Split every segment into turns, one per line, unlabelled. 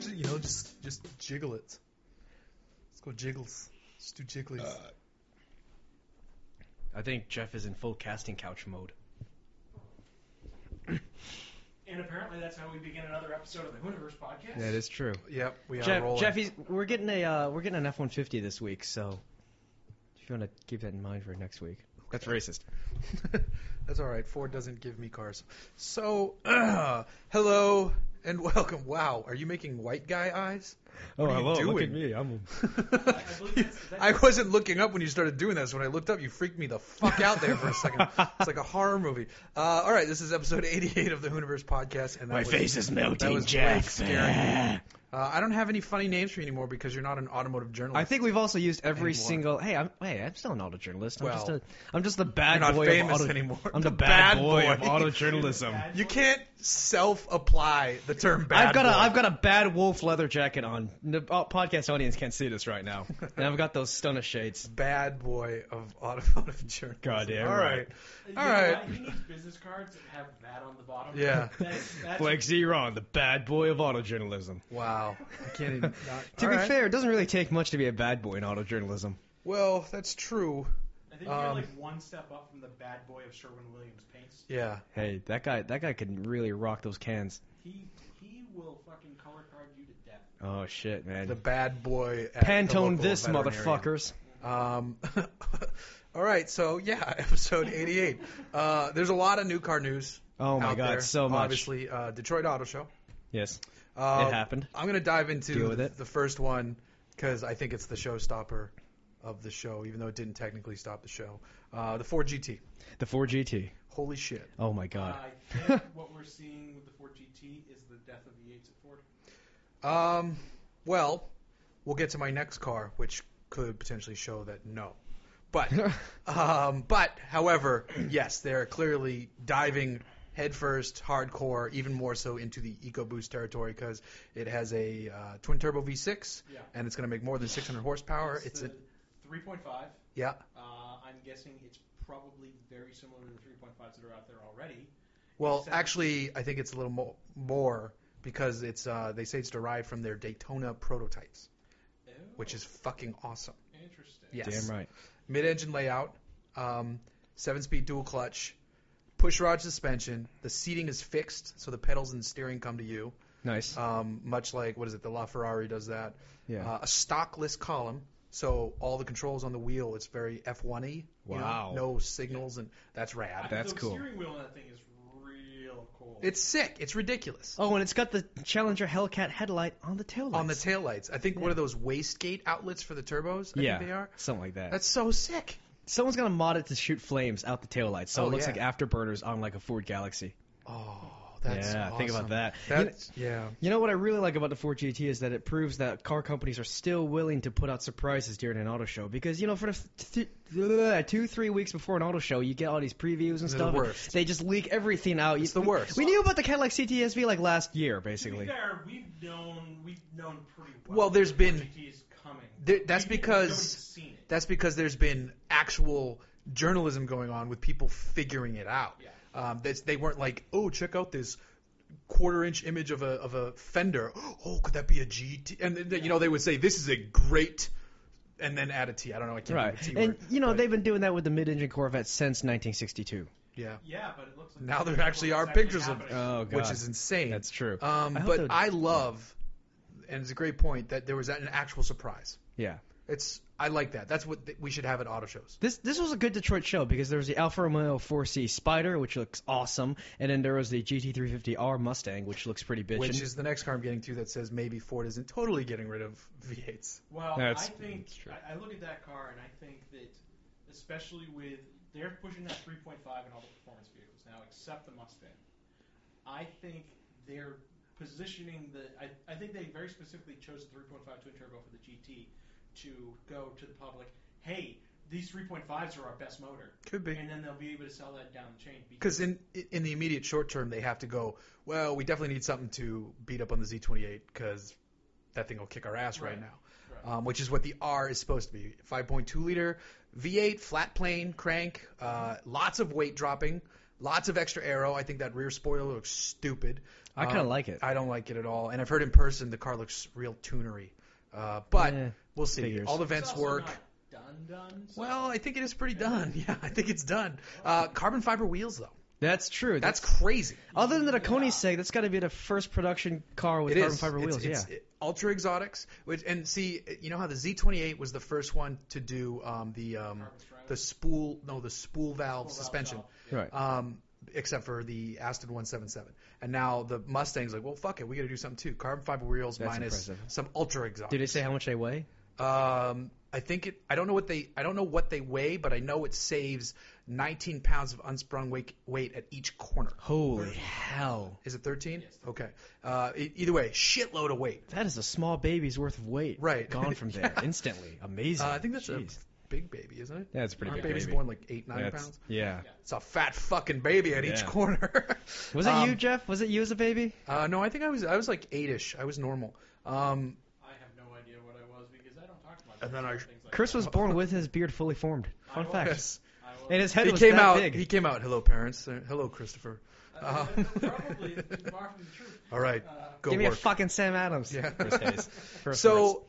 Ju- You know, just just jiggle it. Let's go jiggles. Let's do jigglies.
Uh, I think Jeff is in full casting couch mode.
And apparently that's how we begin another episode of the Hooniverse podcast.
That is true.
yep, we are
Jeff,
rolling.
Jeffy's, we're getting a uh, we're getting an F one fifty this week, so if you want to keep that in mind for next week, that's racist.
That's all right. Ford doesn't give me cars. So, hello and welcome. Wow, are you making white guy eyes?
Oh,
are you
hello, look
doing?
at me. I'm
believe that's- that's-
I wasn't looking up when you started doing this. When I looked up, you freaked me the fuck out there for a second. It's like a horror movie. Uh, all right, this is episode 88 of the Hooniverse podcast, and that was-
is
that
melting,
was Blake staring. Uh, I don't have any funny names for you anymore because you're not an automotive journalist.
I think we've also used every
Anymore.
single. Hey, I'm hey, I'm still an auto journalist. I'm just
Well,
a I'm just the bad
you're not
boy
famous
of auto,
anymore.
I'm the,
The
bad,
bad
boy, of
boy.
auto journalism.
Um, You can't self-apply the term bad.
I've got
boy.
a I've got a bad wolf leather jacket on. The uh, podcast audience can't see this right now, and I've got those stunner shades.
bad boy of automotive journalism.
Goddamn
All
right.
You
All
know
right.
what? He needs business cards that have that on the bottom.
Yeah.
That's, that's
Blake Zeron, the bad boy of auto journalism.
Wow. I can't even. Not,
To
all
be
right.
fair, it doesn't really take much to be a bad boy in auto journalism.
Well, that's true.
I think you're
Um,
like one step up from the bad boy of Sherwin Williams paints.
Yeah.
Hey, that guy, that guy can really rock those cans.
He he will fucking color card you to death.
Oh shit, man!
The bad boy. At the local
Pantone this
veterinarian.
motherfuckers.
Um. all right. So yeah, episode 88. Uh, there's a lot of new car news.
Oh my
out
god,
there.
so much.
Obviously, uh, Detroit Auto Show.
Yes,
Uh,
it happened.
I'm gonna dive
Deal
into
with
the,
it.
the first one because I think it's the showstopper of the show, even though it didn't technically stop the show. Uh, the Ford GT.
The 4GT.
Holy shit.
Oh my god.
I think what we're seeing with the Ford GT is the death of the 8s at Ford.
Um, well, we'll get to my next car, which could potentially show that no. But, um, but however, yes, they're clearly diving headfirst, hardcore, even more so into the EcoBoost territory because it has a uh, twin turbo V6
Yeah.
and it's going to make more than 600 horsepower. It's,
It's,
a,
the 3.5.
yeah,
Uh, I'm guessing it's probably very similar to the 3.5s that are out there already.
well,
Except-
actually, I think it's a little mo- more because it's uh, they say it's derived from their Daytona prototypes,
Oh,
which is fucking awesome.
interesting.
yes.
Damn right.
mid-engine layout, um, seven-speed dual clutch, push-rod suspension. The seating is fixed, so the pedals and steering come to you,
Nice.
um, much like what is it? The LaFerrari does that.
Yeah.
Uh, a stockless column, so all the controls on the wheel. It's very F1y. you know,
Wow.
no signals, and that's
I-
rad.
That's
the
cool.
steering wheel on that thing is real cool.
It's sick. It's ridiculous.
oh, and it's got the Challenger Hellcat headlight on the tail.
On the taillights, I think one of those wastegate outlets for the turbos. I
yeah,
think they are.
something like that.
That's so sick.
Someone's gonna mod it to shoot flames out the taillights, so
Oh,
it looks
yeah.
like afterburners on like a Ford Galaxy.
Oh, that's
yeah,
awesome.
think about that. You kn-
That's yeah.
You know what I really like about the Ford GT is that it proves that car companies are still willing to put out surprises during an auto show because you know for the th- th- two three weeks before an auto show you get all these previews
They're the
and stuff. and
worst.
They just leak everything out.
It's
You-
the worst.
We knew about the Cadillac CTSV like last year
to be
basically.
fair, we've known we've known pretty well.
Well, there's
that
been-
GT is coming.
There- that's
We-
because-
nobody's seen it.
That's because there's been actual journalism going on with people figuring it out.
Yeah.
Um, that's, they weren't like, oh, check out this quarter-inch image of a of a fender. Oh, could that be a GT? And then, you know, they would say this is a great, and then add a T. I don't know. I can't think
Right.
of a T
And
word.
you know
but,
they've been doing that with the mid-engine Corvette since 1962.
yeah,
Yeah, but it looks like
Now there actually are
it's actually
pictures of
happening.
Oh god.
which is insane.
That's true.
Um,
I hope
but
they'll-
I love, and it's a great point that there was an actual surprise.
Yeah.
It's I like that. That's what th- we should have at auto shows.
This this was a good Detroit show because there was the Alfa Romeo 4C Spider, which looks awesome, and then there was the GT350R Mustang, which looks pretty bitchin'.
Which is the next car I'm getting to that says maybe Ford isn't totally getting rid of V8s.
Well,
That's-
I think
that's true.
I, I look at that car and I think that, especially with they're pushing that 3.5 in all the performance vehicles now, except the Mustang. I think they're positioning the. I, I think they very specifically chose the 3.5 twin turbo for the GT to go to the public. Hey, these 3.5s are our best motor,
Could be.
and then they'll be able to sell that down the chain.
Because in in the immediate short term, they have to go. Well, we definitely need something to beat up on the Z28 because that thing will kick our ass right,
Right.
now.
Right.
Um, which is what the R is supposed to be. 5.2 liter V8, flat plane crank, uh, lots of weight dropping, lots of extra aero. I think that rear spoiler looks stupid.
I kind of
Um,
like it.
I don't like it at all. And I've heard in person the car looks real tunery. Uh, but
Eh,
we'll see.
figures.
All the
It's
vents
also
work.
not Done, done. so-
Well, I think it is pretty done. Yeah, I think it's done. Uh, carbon fiber wheels though.
That's true.
That's crazy.
other than the Daconis'
Yeah.
sake, that's got to be the first production car with carbon fiber
It's-
wheels.
it's-
yeah.
it- ultra exotics. Which and see, you know how the Z28 was the first one to do um, the um,
Carbon fiber.
the spool no the spool valve
Full valve
suspension,
valve, yeah.
Right.
um, except for the Aston 177. And now the Mustang's like, well, fuck it, we got to do something too. Carbon fiber wheels
That's
minus
impressive.
some ultra exotics.
Did they say how much they weigh?
Um, I think it. I don't know what they. I don't know what they weigh, but I know it saves 19 pounds of unsprung weight, weight at each corner.
Holy hell!
Is it 13?
Yes,
Okay. Uh, e- either way, shitload of weight.
That is a small baby's worth of weight.
Right.
Gone from there
Yeah.
instantly. Amazing.
Uh, I think that's
Jeez.
a big baby, isn't it?
Yeah, it's a pretty
Aren't
big
babies
baby.
born like eight, nine
That's-
pounds?
Yeah.
It's a fat fucking baby at each
Yeah.
corner.
Was it
Um,
you, Jeff? Was it you as a baby?
Uh, no, I think I was I was like eight-ish. I was normal. Um,
I have no idea what I was because I don't talk about
And then
those
I-
things like
Chris
that.
was born with his beard fully formed. Fun
I
fact.
yes.
I was-
And his head
He
was
came
that
out.
big.
He came out. Hello, parents. Uh, Hello, Christopher.
Uh,
Uh,
probably far from the truth.
All right,
Uh,
go
Give me
work.
a fucking Sam Adams.
Yeah.
Chris Hayes. First words.
so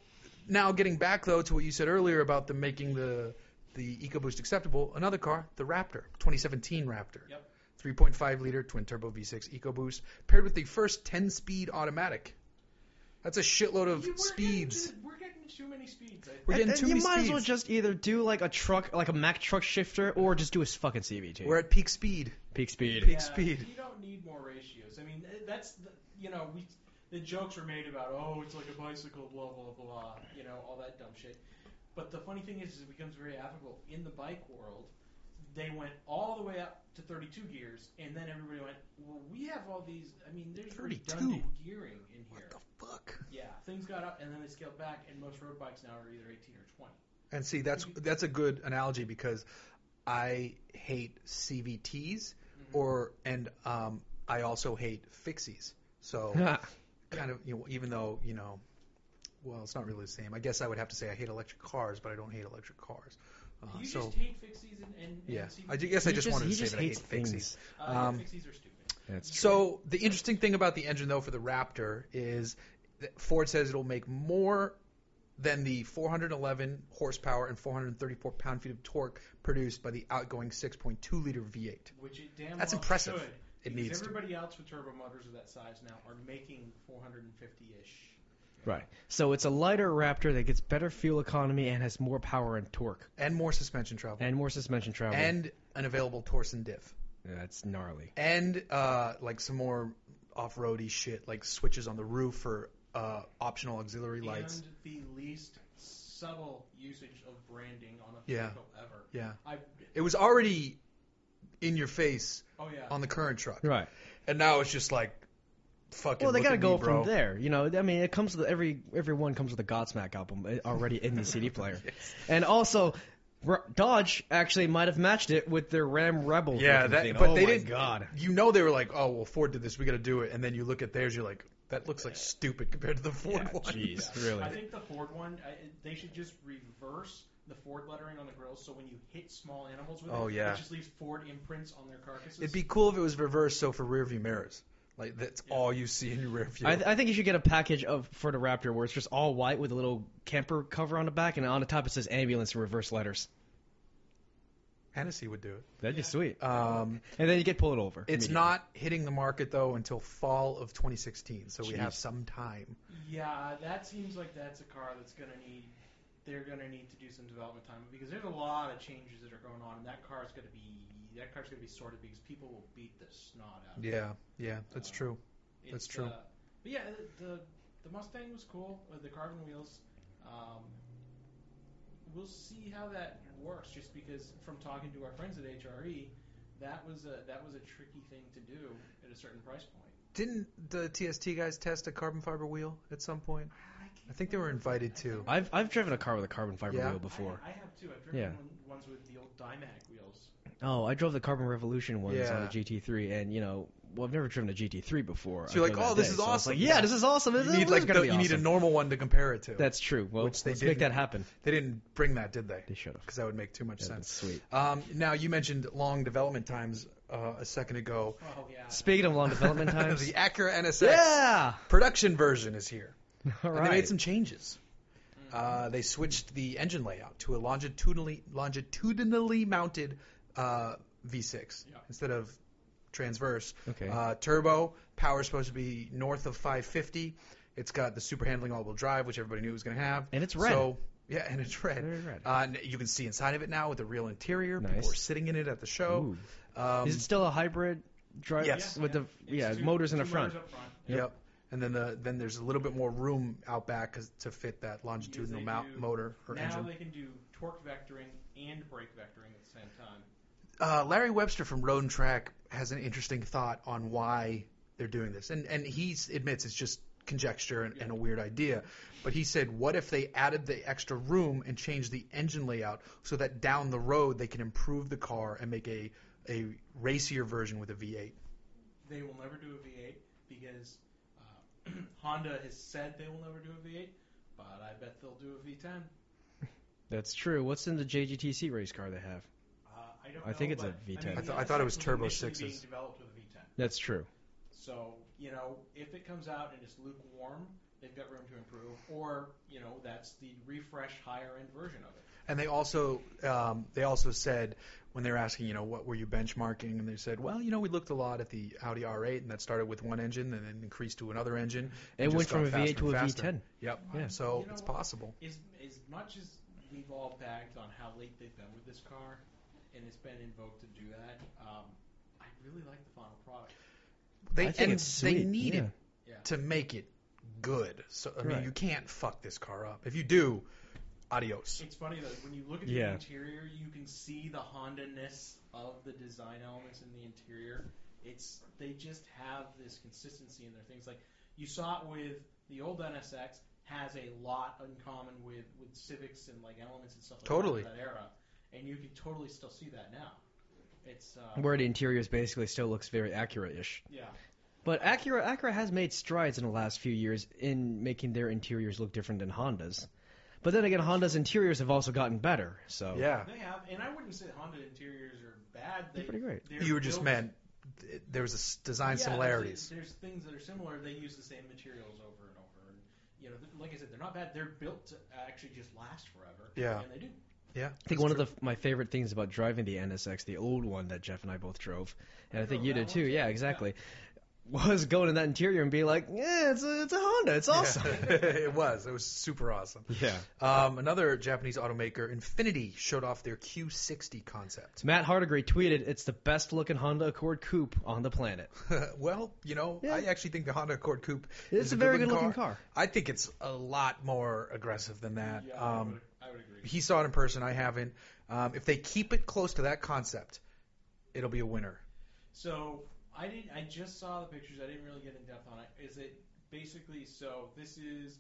now getting back though to what you said earlier about the making the the EcoBoost acceptable, another car, the Raptor, 2017 Raptor.
Yep.
3.5 liter twin turbo V6 EcoBoost paired with the first 10 speed automatic. That's a shitload of
You- we're
speeds.
Getting, to- we're getting too many speeds. I think.
We're
And-
getting
and
too
you
many
might
speeds.
as well just either do like a truck, like a Mack truck shifter, or just do a fucking CVT.
We're at peak speed.
peak speed.
peak speed.
You don't need more ratios. I mean, th- that's the, you know we the jokes were made about oh it's like a bicycle blah blah blah you know all that dumb shit. But the funny thing is, is it becomes very applicable in the bike world. They went all the way up to 32 gears, and then everybody went, well, we have all these. I mean, there's
32?
redundant gearing in
What
here.
the fuck?
Yeah, things got up, and then they scaled back, and most road bikes now are either 18 or 20.
And see, that's that's a good analogy because I hate CVTs or and um, I also hate fixies. So kind of you know, even though you know well it's not really the same i guess i would have to say i hate electric cars but i don't hate electric cars uh,
you
so
just hate fixies and, and, and
yeah
CVTs.
i ju- guess i
He
just,
just-
wanted
he
to say
just
that i hate
hates
fixies
things.
Uh,
um,
fixies are stupid.
That's
so the interesting thing about the engine though for the raptor is that ford says it'll make more than the 411 horsepower and 434 pound feet of torque produced by the outgoing 6.2 liter v8
Which it damn
That's
well
impressive.
Should,
it
because
needs to
everybody else with turbo motors of that size now are making 450-ish.
right. So it's a lighter Raptor that gets better fuel economy and has more power and torque
and more suspension travel
and more suspension travel.
and an available torsion diff
that's gnarly.
and uh, like some more off-roady shit, like switches on the roof for uh, optional auxiliary lights.
And the least subtle usage of branding on a
Yeah.
vehicle ever.
Yeah.
I,
It was already in your face
oh yeah.
on the current truck,
Right.
and now it's just like fucking.
Well, they
look
gotta
at
go
me, bro.
from there. You know, I mean, it comes with every every one comes with a Godsmack album uh, already in the CD player, and also. Ra- Dodge actually might have matched it with their Ram Rebel.
Yeah,
fucking
that,
thing.
but
oh
they
my
didn't.
God.
You know they were like, oh well, Ford did this, we got to do it, and then you look at theirs, you're like, that looks like stupid compared to the Ford
Yeah,
one.
jeez,
I
really.
think the Ford one, I, they should just reverse the Ford lettering on the grills, so when you hit small animals with
Oh,
it,
yeah.
it just leaves Ford imprints on their carcasses.
It'd be cool if it was reversed, so for rear view mirrors, like that's
Yeah.
all you see in your rear view.
I, th- I think you should get a package of for the Raptor where it's just all white with a little camper cover on the back, and on the top it says ambulance in reverse letters.
Hennessy would do
That'd
be
sweet.
it. Um,
And then you get pulled over.
It's
immediately.
not hitting the market though until fall of 2016, so we
Jeez.
have some time.
Yeah, that seems like that's a car that's going to need. They're going to need to do some development time because there's a lot of changes that are going on, and that car's going to be that car's going to be sorted because people will beat the snot out. of it.
Yeah, yeah, that's
Uh,
true.
It's,
that's true.
Uh, but yeah, the, the the Mustang was cool with the carbon wheels. Um, we'll see how that works, just because from E, talking to our friends at HRE, that was a that was a tricky thing to do at a certain price point.
Didn't the TST guys test a carbon fiber wheel at some point?
I, can't
I think they were
remember.
invited too.
I've I've driven a car with a carbon fiber
Yeah.
wheel before.
I, I have too. I've driven
Yeah.
one- ones with the old Dymac wheels.
Oh, I drove the Carbon Revolution ones on
Yeah.
a GT3, and you know, well, I've never driven a GT3 before.
So you're
I
like,
drove that
"Oh, this
day."
is
So I was
awesome.
like, yeah, this is awesome. This,
You
this
need
is
like
gonna
the,
be
you need a
awesome."
normal one to compare it to.
That's true. Well,
Which they
let's make that
didn't.
happen.
they didn't bring that, did they?
They should have.
Because that would make too much
That'd been
sense.
sweet.
Um, now you mentioned long development times uh, a second ago.
Oh yeah.
Speaking of long development times,
the Acura NSX
yeah.
production version is here.
All
And they made
right.
some changes. Uh, they switched the engine layout to a longitudinally longitudinally mounted uh, V6
Yeah.
instead of transverse.
Okay.
Uh, turbo power is supposed to be north of 550. It's got the super handling all-wheel drive, which everybody knew it was going to have.
And it's red.
So yeah, and it's red.
Very red.
Uh, and you can see inside of it now with the real interior.
Nice.
People were sitting in it at the show.
Ooh.
Um,
is it still a hybrid drive?
Yes.
With the
It's
yeah
two-
motors in
two
the front.
Motors up front.
Yep. And then the then there's a little bit more room out back 'cause- to fit that longitudinal
they
mount
do.
motor or
now
engine.
they can do torque vectoring and brake vectoring at the same time.
Uh, Larry Webster from Road and Track has an interesting thought on why they're doing this, and and he s- admits it's just conjecture and, and a weird idea, but he said, what if they added the extra room and changed the engine layout so that down the road they can improve the car and make a a racier version with a V8?
They will never do a V8 because uh, Honda has said they will never do a V8, but I bet they'll do a V10.
That's true. What's in the JGTC race car they have?
Uh, I don't.
I
know,
think it's a
but,
V10.
mean,
I thought-
the
I thought it was
NSX
turbo
initially
sixes.
Being developed with a V10.
That's true.
So you know, if it comes out and it's lukewarm, they've got room to improve. Or you know, that's the refresh higher end version of it.
And they also um, they also said when they were asking, you know, what were you benchmarking, and they said, well, you know, we looked a lot at the Audi R8, and that started with one engine and then increased to another engine.
It
and
went
just got
from a V8
faster
to a
and faster.
V10.
Yep.
Yeah.
So
You know
it's
what?
possible.
As as much as we've all bagged on how late they've been with this car, and it's been invoked to do that, um, I really like the final product.
They
I think
and
it's
they
sweet,
needed
yeah. Yeah.
to make it good. So I mean,
Right.
you can't fuck this car up. If you do, adios.
It's funny though when you look at
Yeah.
the interior, you can see the Honda ness of the design elements in the interior. It's they just have this consistency in their things. Like you saw it with the old NSX has a lot in common with with Civics and like elements and stuff like
Totally.
that, of that era, and you can totally still see that now. It's uh,
Where the interiors basically still looks very Acura-ish.
yeah.
But Acura, Acura has made strides in the last few years in making their interiors look different than Honda's. But then again, Honda's interiors have also gotten better. So
Yeah.
They have, and I wouldn't say Honda interiors are bad. They,
They're pretty great.
they're
You were just
built-
meant th- there was a s- design
Yeah, there's-
similarities.
There's, things that are similar. They use the same materials over and over. And, you know, th- like I said, they're not bad. They're built to actually just last forever.
Yeah.
And they do.
Yeah.
I think one of the my favorite things about driving the NSX, the old one that Jeff and I both drove, and I,
I
think
drove
you
that
did
one
too.
too.
Yeah, exactly. Was going in that interior and be like, yeah, it's a, it's a Honda. It's awesome.
it was. It was super awesome.
yeah.
Um, another Japanese automaker, Infinity, showed off their Q60 concept.
Matt Hardigree tweeted, "It's the best looking Honda Accord coupe on the planet.
well, you know,
Yeah.
I actually think the Honda Accord Coupe
It's
is
a very
good-looking
good-looking car.
I think it's a lot more aggressive than that.
Yeah, I,
um,
would, I would agree.
he saw it in person. I haven't. Um, if they keep it close to that concept, it'll be a winner.
So I didn't. I just saw the pictures. I didn't really get in depth on it. Is it basically so? This is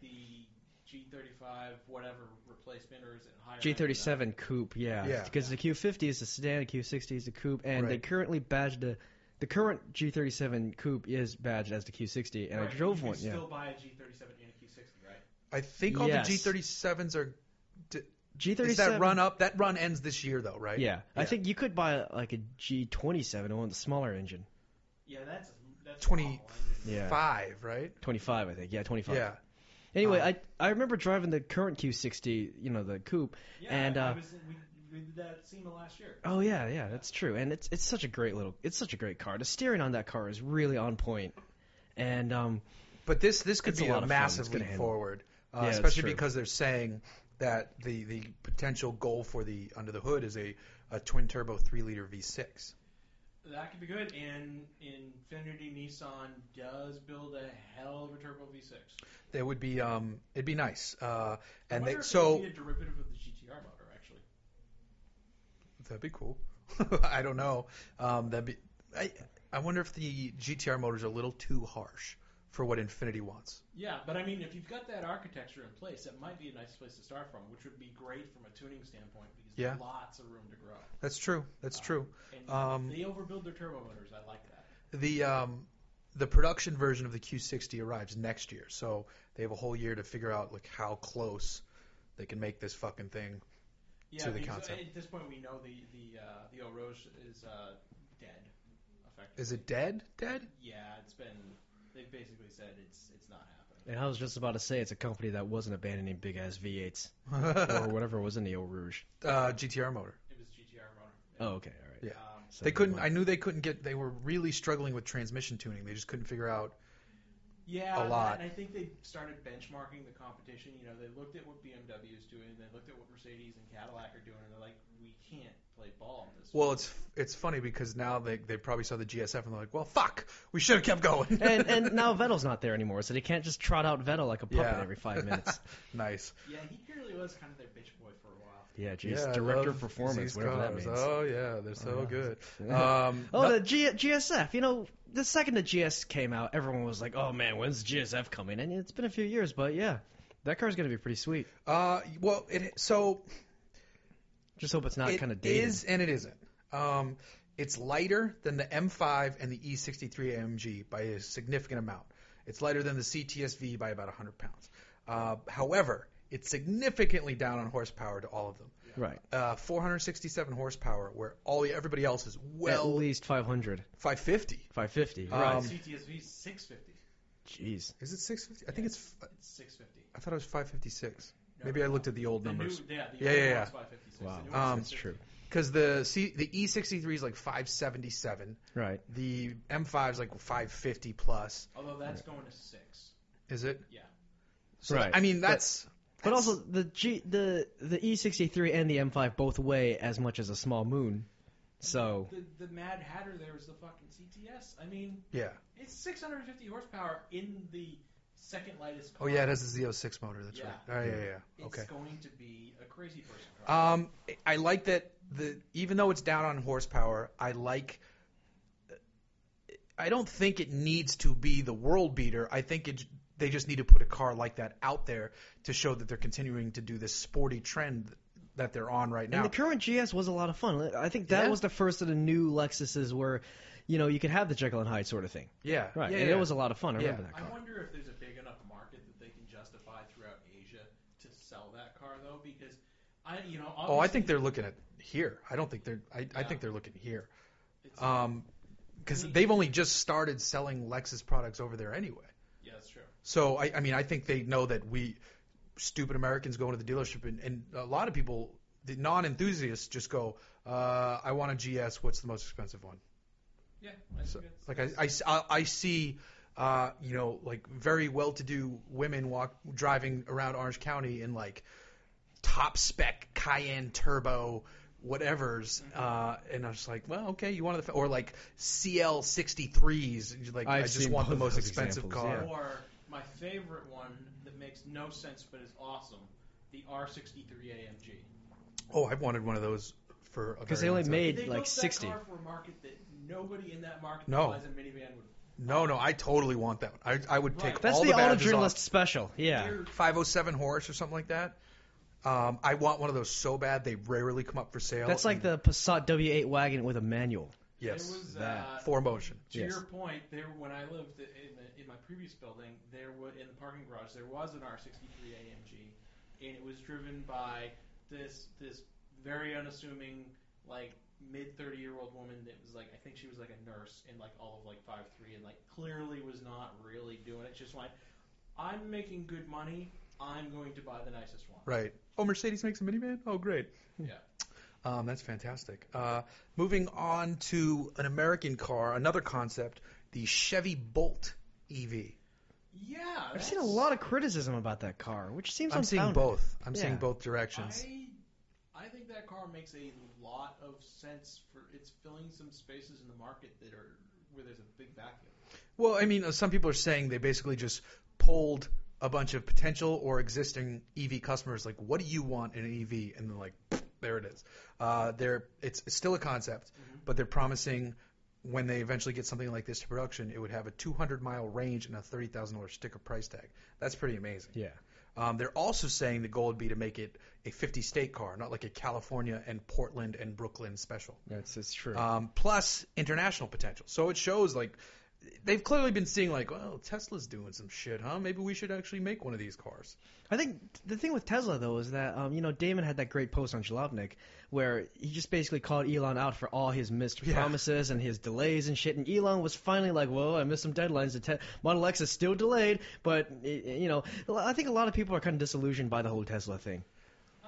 the G35 whatever replacement, or is it higher? end than that?
G37 coupe, yeah,
Yeah.
because the Q50 is the sedan, the Q60 is the coupe, and they
Right.
currently badged the the current G37 coupe is badged as the Q60, and
Right,
I
but
drove
you
one.
Can
Yeah,
Still buy a G37 and a Q60, right?
I think all
Yes.
the G37s are.
G37.
Is that run up? That run ends this year, though, right?
Yeah. I think you could buy like a G27, the one with the smaller engine,
Yeah, that's that's
20
an awful engine.
Yeah.
Five, right?
25, I think. Yeah, 25.
Yeah.
Anyway,
Uh,
I I remember driving the current Q60, you know, the coupe.
Yeah,
And,
I, I
uh,
was, we, we did that SEMA last year.
Oh yeah, yeah, that's true. And it's it's such a great little, it's such a great car. The steering on that car is really on point, and um,
But this this could
It's
be
a lot
a,
of fun. It's
massive
gonna
leap
handle-
forward, uh,
Yeah, it's true.
especially because they're saying that the the potential goal for the under the hood is a, a twin turbo three liter V6.
That could be good. And Infinity Nissan does build a hell of a turbo V6.
That would be um it'd be nice. Uh,
I
and
wonder
they,
if it
so
would be a derivative of the GTR motor actually.
that'd be cool. I don't know. Um, that'd be I I wonder if the GTR motors are a little too harsh for what Infinity wants.
Yeah, but I mean, if you've got that architecture in place, that might be a nice place to start from, which would be great from a tuning standpoint because there's lots of room to grow.
That's true. That's true.
And
Um,
they overbuild their turbo motors. I like that.
The um, the production version of the Q60 arrives next year, so they have a whole year to figure out like how close they can make this fucking thing.
Yeah,
to the
because
concept.
at this point we know the the uh, the Eau Rouge is uh, dead. Effectively.
Is it dead? Dead?
Yeah, it's been. They've basically said it's it's not happening.
And I was just about to say it's a company that wasn't abandoning big ass V8s or
uh,
whatever was in the old Rouge.
GTR motor.
It was GTR motor.
Oh, okay, all right.
Yeah.
Um,
So
they
never
couldn't.
mind.
I knew they couldn't get. They were really struggling with transmission tuning. They just couldn't figure out.
yeah,
A
that-
lot.
And I think they started benchmarking the competition. You know, they looked at what BMW is doing, they looked at what Mercedes and Cadillac are doing, and they're like, we can't play ball on this.
Well, it's it's funny because now they they probably saw the GSF and they're like, well, fuck, we should have kept going.
and and now Vettel's not there anymore, so they can't just trot out Vettel like a puppet
Yeah.
every five minutes.
nice.
Yeah, he really was kind of their bitch boy for a while.
Yeah, geez,
I
director of
love
performance,
these
whatever that
cars.
means.
Oh yeah, they're so
yeah.
good. Um,
Oh, the G- GSF. You know, the second the GS came out, everyone was like, "Oh man, when's GSF coming?" And it's been a few years, but yeah, that car's gonna be pretty sweet.
uh, well, it so
Just hope it's not
It
kind of dated.
is and it isn't. Um, it's lighter than the M5 and the E63 AMG by a significant amount. It's lighter than the CTSV by about 100 pounds. Uh, however, it's significantly down on horsepower to all of them.
right.
Uh, 467 horsepower, where all the, everybody else is well
At least 500,
550.
550.
Um,
right.
CTSV 650.
Jeez.
Is it 650? I think it's. f-
It's 650.
I thought it was 556.
No,
Maybe I looked at the old
the new,
numbers.
yeah, the
Yeah,
old
yeah,
one
yeah.
was 556.
Wow.
The new
Um,
That's
one's
true.
650.
Because the C, the E63 is like 577.
Right.
The M5 is like 550 plus.
Although that's going to 6.
Is it?
Yeah.
So,
Right.
I mean, that's.
But
that's-
also the G, the the E63 and the M5 both weigh as much as a small moon. So
The, the Mad Hatter there is the fucking CTS. I mean,
Yeah.
it's 650 horsepower in the second lightest
Oh
car.
yeah, it has a Z06 motor. That's
Yeah. Mm-hmm.
right. Oh yeah, yeah. yeah.
It's
Okay.
going to be a crazy person car.
Um, I like that the even though it's down on horsepower, I like. I don't think it needs to be the world beater. I think it, they just need to put a car like that out there to show that they're continuing to do this sporty trend that they're on right now.
and the current GS was a lot of fun. I think that
Yeah.
was the first of the new Lexuses where, you know, you could have the Jekyll and Hyde sort of thing.
yeah,
Right.
Yeah,
and
yeah.
it was a lot of fun. I
Yeah.
remember that
I
car.
wonder if there's a big enough market that they can justify throughout Asia to sell that car though, because I, you know,
Oh, I
obviously
think they're looking at here. I don't think they're. I, I think they're looking here.
it's-
Um, because they've only just started selling Lexus products over there anyway.
yeah, that's true.
So I, I mean, I think they know that we stupid Americans go into the dealership, and, and a lot of people, the non-enthusiasts, just go, uh, "I want a GS. What's the most expensive one?"
Yeah, I
So,
think it's,
like I, I s- I- I see, uh, you know, like very well-to-do women walk driving around Orange County in like top spec Cayenne turbo whatever's, uh, and I'm just like, well, okay, you wanted the fa- or like CL63s, like i
I've
just
seen
want the most
both those
expensive
examples,
car.
yeah.
Or my favorite one that makes no sense but is awesome, the R63 AMG.
Oh, I've wanted one of those for a
Because
very
they only
long time.
made
They
like
built that
60.
car for a market that nobody in that market
No.
that buys a minivan would.
No, no, I totally want that. one. I I would take
Right.
That's
all
the,
the
auto
badges
journalist
off.
special. Yeah.
They're-
507 horse or something like that. Um, I want one of those so bad. They rarely come up for sale.
That's like
And-
the Passat W8 wagon with a manual.
yes,
There was,
that.
uh,
four motion.
To
Yes.
your point, there when I lived in, the, in my previous building, there was in the parking garage there was an R63 AMG, and it was driven by this this very unassuming like mid 30 year old woman that was like I think she was like a nurse in like all of like five three and like clearly was not really doing it. Just like I'm making good money, I'm going to buy the nicest one.
Right. Oh, Mercedes makes a minivan. Oh, great.
Yeah.
Um, that's fantastic. Uh, moving on to an American car, another concept, the Chevy Bolt E EV.
Yeah,
I've seen a lot of criticism about that car, which seems
I'm seeing
unfounded.
both. I'm
Yeah.
seeing both directions.
I, I think that car makes a lot of sense for it's filling some spaces in the market that are where there's a big vacuum.
Well, I mean, uh, some people are saying they basically just polled a bunch of potential or existing EV customers, like, what do you want in an E EV? And then like, there it is. Uh, they're it's, it's still a concept, but they're promising when they eventually get something like this to production, it would have a 200 mile range and a $30,000 sticker price tag. That's pretty amazing.
Yeah.
Um, they're also saying the goal would be to make it a 50 state car, not like a California and Portland and Brooklyn special.
That's it's true.
Um, plus international potential. So it shows like they've clearly been seeing like, well, Tesla's doing some shit, huh? Maybe we should actually make one of these cars.
I think the thing with Tesla though is that um, you know Damon had that great post on Jalopnik where he just basically called Elon out for all his missed
Yeah.
promises and his delays and shit. And Elon was finally like, "Well, I missed some deadlines. The te- Model X is still delayed, but i- you know, I think a lot of people are kind of disillusioned by the whole Tesla thing."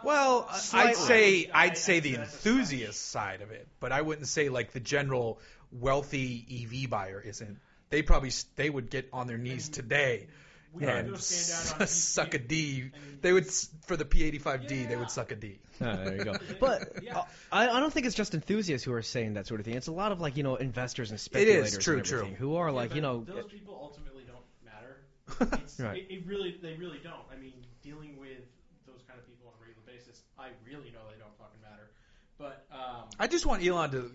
Well,
Slightly.
I'd say I'd say the
Uh, That's a stretch.
enthusiast side of it, but I wouldn't say like the general wealthy EV buyer isn't. They probably s- they would get on their knees today
We
Yeah.
can
and
go stand out on
s- suck a
TV.
D.
I mean,
They would s- for the P85D. They
Yeah.
would suck a D.
Ah, there you go.
Yeah.
But
Yeah.
I, I don't think it's just enthusiasts who are saying that sort of thing. It's a lot of like you know investors and
It is,
speculators
true,
and
true.
everything who are
yeah,
like
but
you know
those people ultimately don't matter.
uh,
It's,
Right.
it, it really, they really don't. I mean, dealing with those kind of people on a regular basis, I really know they don't fucking matter. But um,
I just want Elon to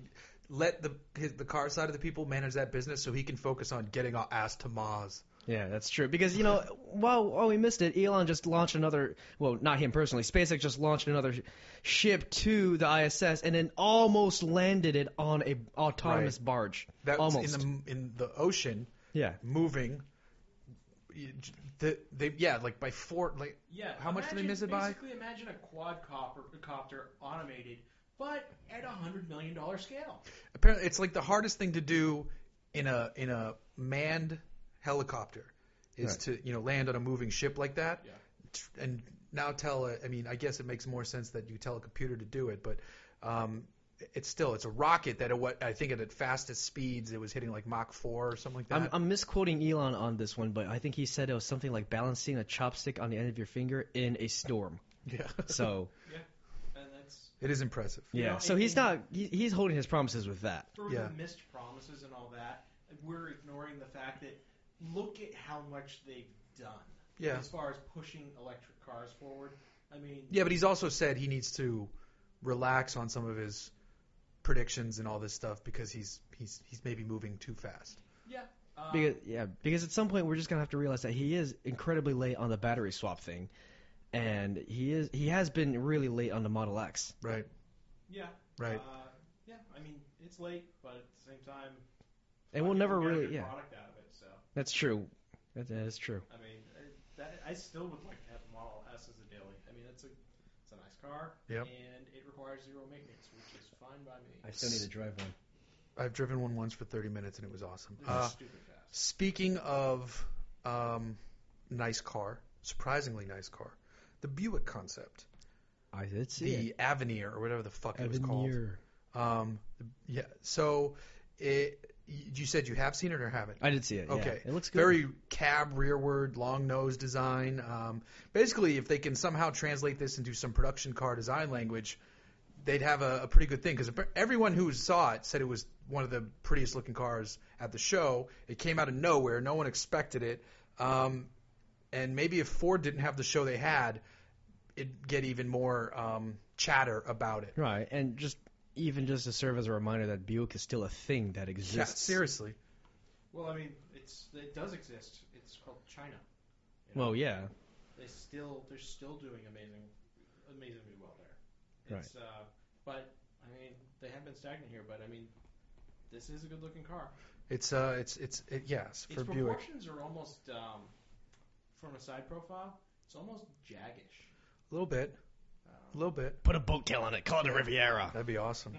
let the his, the car side of the people manage that business so he can focus on getting our ass to Mars.
Yeah, that's true. Because you know, while while we missed it, Elon just launched another. Well, not him personally. SpaceX just launched another sh- ship to the ISS, and then almost landed it on a autonomous barge.
That was
almost.
in the in the ocean
yeah.
moving. You- j- The, they yeah like by four like
yeah,
How much did they
imagine-
miss it by?
Basically, imagine a quadcopter copter automated, but at a hundred million dollar scale.
apparently it's like the hardest thing to do in a in a manned helicopter is
Right.
to you know land on a moving ship like that
Yeah.
Tr- and now tell a, I mean I guess it makes more sense that you tell a computer to do it but um it's still it's a rocket that at what I think at its fastest speeds it was hitting like Mach 4 or something like that
I'm, I'm misquoting Elon on this one, but I think he said it was something like balancing a chopstick on the end of your finger in a storm.
yeah
So
And that's
it is impressive
You
yeah,
know,
so
it-
he's not he, he's holding his promises with that.
for
Yeah.
the missed promises and all that. We're ignoring the fact that look at how much they've done
yeah
as far as pushing electric cars forward. I mean,
yeah but he's also said he needs to relax on some of his predictions and all this stuff because he's he's he's maybe moving too fast
um,
Because yeah, because at some point we're just gonna have to realize that he is incredibly late on the battery swap thing, and he is he has been really late on the Model X.
right
yeah,
right
Uh, yeah, I mean, it's late, but at the same time,
And we'll
fuck it,
never
we got a
really-
good
yeah.
product out of it. So
That's true. That, that is true.
I mean, I- that, I still would like to have a Model S as a daily. I mean, that's a it's a nice car,
Yep.
and it requires zero maintenance, which is fine by me.
I still need to drive one.
I've driven one once for 30 minutes and it was awesome.
This
Uh,
is stupid fast.
speaking of um, nice car, surprisingly nice car, the Buick concept,
I did see
the Avenir or whatever the fuck it was called. Um, yeah. So it, you said you have seen it or haven't?
I did see it. Okay,
Okay.
it looks good.
Very cab rearward, long nose design. Um, basically, if they can somehow translate this into some production car design language, they'd have a, a pretty good thing. Because everyone who saw it said it was one of the prettiest looking cars at the show. It came out of nowhere. No one expected it. Um, and maybe if Ford didn't have the show they had, it'd get even more um, chatter about it.
right, and just even just to serve as a reminder that Buick is still a thing that exists.
Yeah, seriously.
Well, I mean, it's it does exist. It's called China. you know.
Well, yeah,
they still they're still doing amazing, amazingly well there. It's, Uh, but I mean, they have been stagnant here. But I mean, this is a good looking car.
It's uh, it's it's it, yes for
its
Buick.
proportions are almost um, from a side profile. It's almost jaggish.
A little bit, a
Um,
little bit.
put a boat tail on it. Call it a Riviera.
That'd be awesome.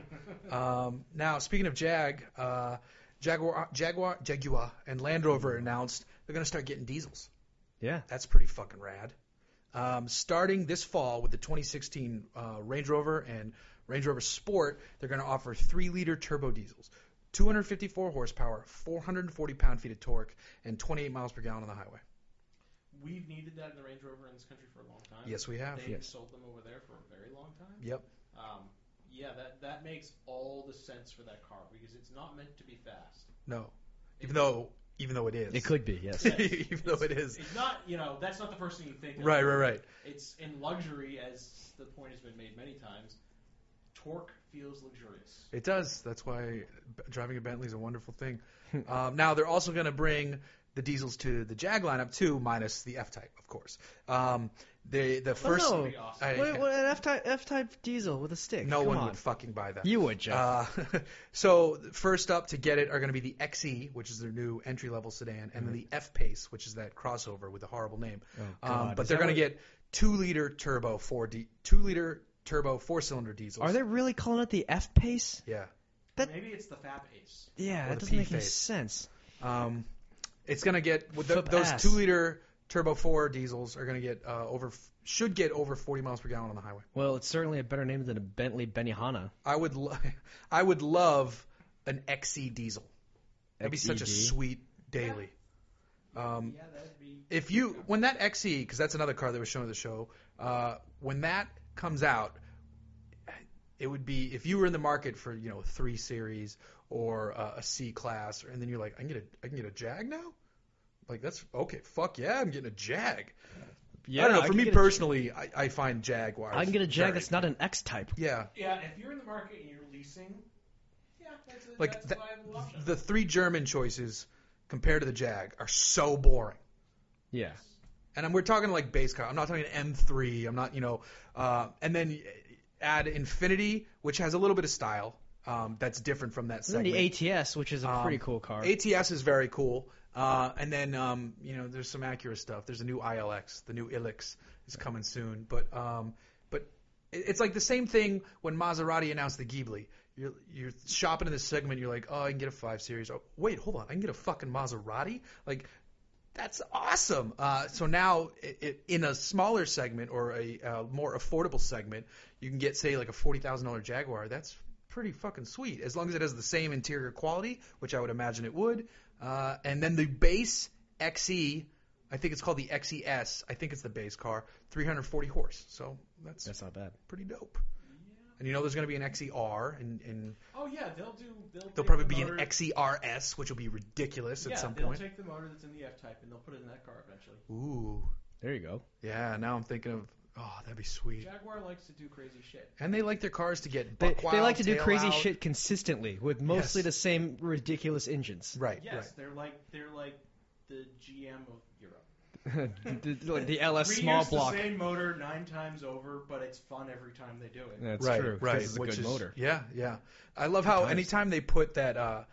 Um, now, speaking of Jag, uh, Jaguar, Jaguar, Jaguar, and Land Rover announced they're going to start getting diesels.
Yeah.
That's pretty fucking rad. Um, starting this fall with the 2016 uh, Range Rover and Range Rover Sport, they're going to offer three-liter turbo diesels, 254 horsepower, 440 pound-feet of torque, and 28 miles per gallon on the highway.
we've needed that in the Range Rover in this country for a long time.
Yes, we have.
They've
Yes.
sold them over there for a very long time.
Yep.
Um, yeah, that that makes all the sense for that car because it's not meant to be fast.
No, even though even though it is,
It could be. Yes.
Yeah.
even though it is.
It's not, you know, that's not the first thing you think. of.
Right, right, right.
It's in luxury, as the point has been made many times. torque feels luxurious.
It does. That's why b- driving a Bentley is a wonderful thing. um, now they're also going to bring the diesels to the Jag lineup too, minus the F type, of course. Um, they the first
Oh, no.
That'd be awesome.
I-
What, what an F-type, F-type diesel with a stick.
no
Come
one
on.
would fucking buy that.
You would, Jeff.
Uh, so first up to get it are going to be the XE, which is their new entry level sedan, and then the F Pace, which is that crossover with a horrible name.
Oh,
um,
Mm-hmm. God.
but
Is
they're
that
going to
what-
get two liter turbo four D two liter turbo four cylinder diesels.
Are they really calling it the F pace?
Yeah.
That-
Maybe it's the Fab Ace.
Yeah,
Or
that
the
doesn't make any
P-phase.
sense.
Um, it's going to get with the,
Flip
those
ass.
two liter turbo four diesels are going to get uh, over should get over 40 miles per gallon on the highway.
Well, it's certainly a better name than a Bentley Benihana.
I would lo- I would love an XE diesel. That'd be such a
XED.
sweet daily. Um,
yeah, that'd be.
if you when that XE because that's another car that was shown at the show uh, when that comes out it would be if you were in the market for you know three series or uh, a C class and then you're like I can get a I can get a Jag now like that's okay fuck yeah I'm getting a Jag I don't know for
can
me
get a-
personally I I find Jaguar
I can get a Jag that's not an X-type.
yeah
Yeah, if you're in the market and you're leasing, yeah, that's a,
Like
that's
that-
a viable option.
the three German choices compared to the Jag are so boring.
Yeah.
and I'm, we're talking like base car. I'm not talking M3. I'm not, you know, uh, and then add Infinity, which has a little bit of style um, that's different from that
And then
segment.
the ATS, which is a
Um,
pretty cool car.
ATS is very cool. Uh, and then um, you know, there's some Acura stuff. There's a new ILX, the new ILX is coming soon. But um, but it- it's like the same thing when Maserati announced the Ghibli. You're you're shopping in this segment. You're like, oh, I can get a five series. Oh, wait, hold on, I can get a fucking Maserati. Like. That's awesome. Uh, so now, i i in a smaller segment or a uh, more affordable segment, you can get, say, like a forty thousand dollar Jaguar. That's pretty fucking sweet, as long as it has the same interior quality, which I would imagine it would. Uh, and then the base XE, I think it's called the XES. I think it's the base car, three hundred forty horse. So that's
That's not bad.
pretty dope. And you know, there's going to be an XER, and, and
Oh yeah, they'll do. They'll,
there'll
take
probably
the
be
motor-
an XERS, which will be ridiculous
yeah,
at some
they'll
point.
take the motor that's in the F type and they'll put it in that car eventually.
Ooh,
There you go.
yeah. Now I'm thinking of. Oh, that'd be sweet.
Jaguar likes to do crazy shit.
And they like their cars to get
They,
buck
they
wild,
like to do
tail
crazy
out.
shit consistently with mostly
Yes.
the same ridiculous engines.
Right,
Yes,
right.
they're like they're like the GM of Europe.
the, like the LS
Reuse
small block.
the same motor nine times over, but it's fun every time they do it.
That's
right,
true. 'cause
Right,
It's a
which
good
is-
motor.
Yeah, yeah. I love how
times.
anytime they put that uh,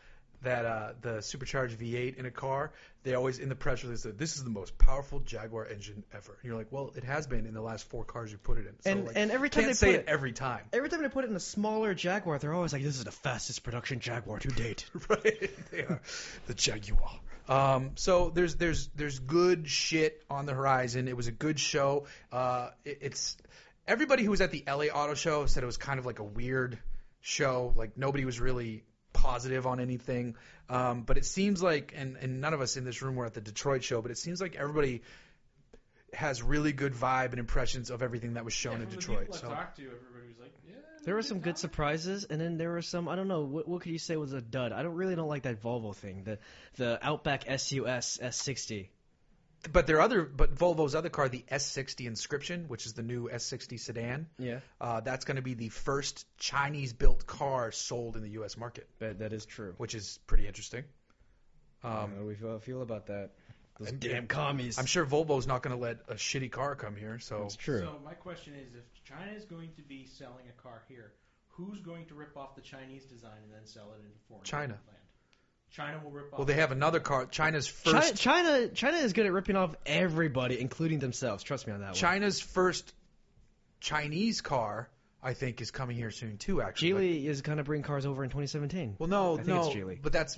that uh, the supercharged V8 in a car, they always in the press release that this is the most powerful Jaguar engine ever. And you're like, well, it has been in the last four cars you put it in. So,
And-
like,
and every
you
time
can't
they
say
put
it,
it-
every time,
Every time they put it in a smaller Jaguar, they're always like, "This is the fastest production Jaguar to date."
right? They are the Jaguar. Um, so there's there's there's good shit on the horizon. It was a good show. Uh, it, it's everybody who was at the LA Auto Show said it was kind of like a weird show. Like nobody was really positive on anything. Um, but it seems like, and, and none of us in this room were at the Detroit show, but it seems like everybody has really good vibe and impressions of everything that was
Yeah,
shown in
from The
Detroit.
people
So
I talked to, everybody was like, yeah.
There were some good
surprises.
surprises, and then there were some. I don't know what what could you say was a dud. I don't really don't like that Volvo thing. The the Outback SUS S60.
but their other, but Volvo's other car, the S60 Inscription, which is the new S60 sedan,
Yeah,
uh, that's going to be the first Chinese-built car sold in the U.S. market,
that that is true.
which is pretty interesting. Um,
do we feel, feel about that? Those
And-
damn commies.
I'm sure Volvo's not going to let a shitty car come here. So
That's true.
So my question is, if China is going to be selling a car here, who's going to rip off the Chinese design and then sell it in foreign
China.
land? China will rip off.
well, they have another car. China's first.
China, China China is good at ripping off everybody, including themselves. Trust me on that one.
China's first Chinese car, I think, is coming here soon too. Actually, Like-
Geely is gonna bring cars over in 2017.
well, no,
I think
no,
it's Geely.
but that's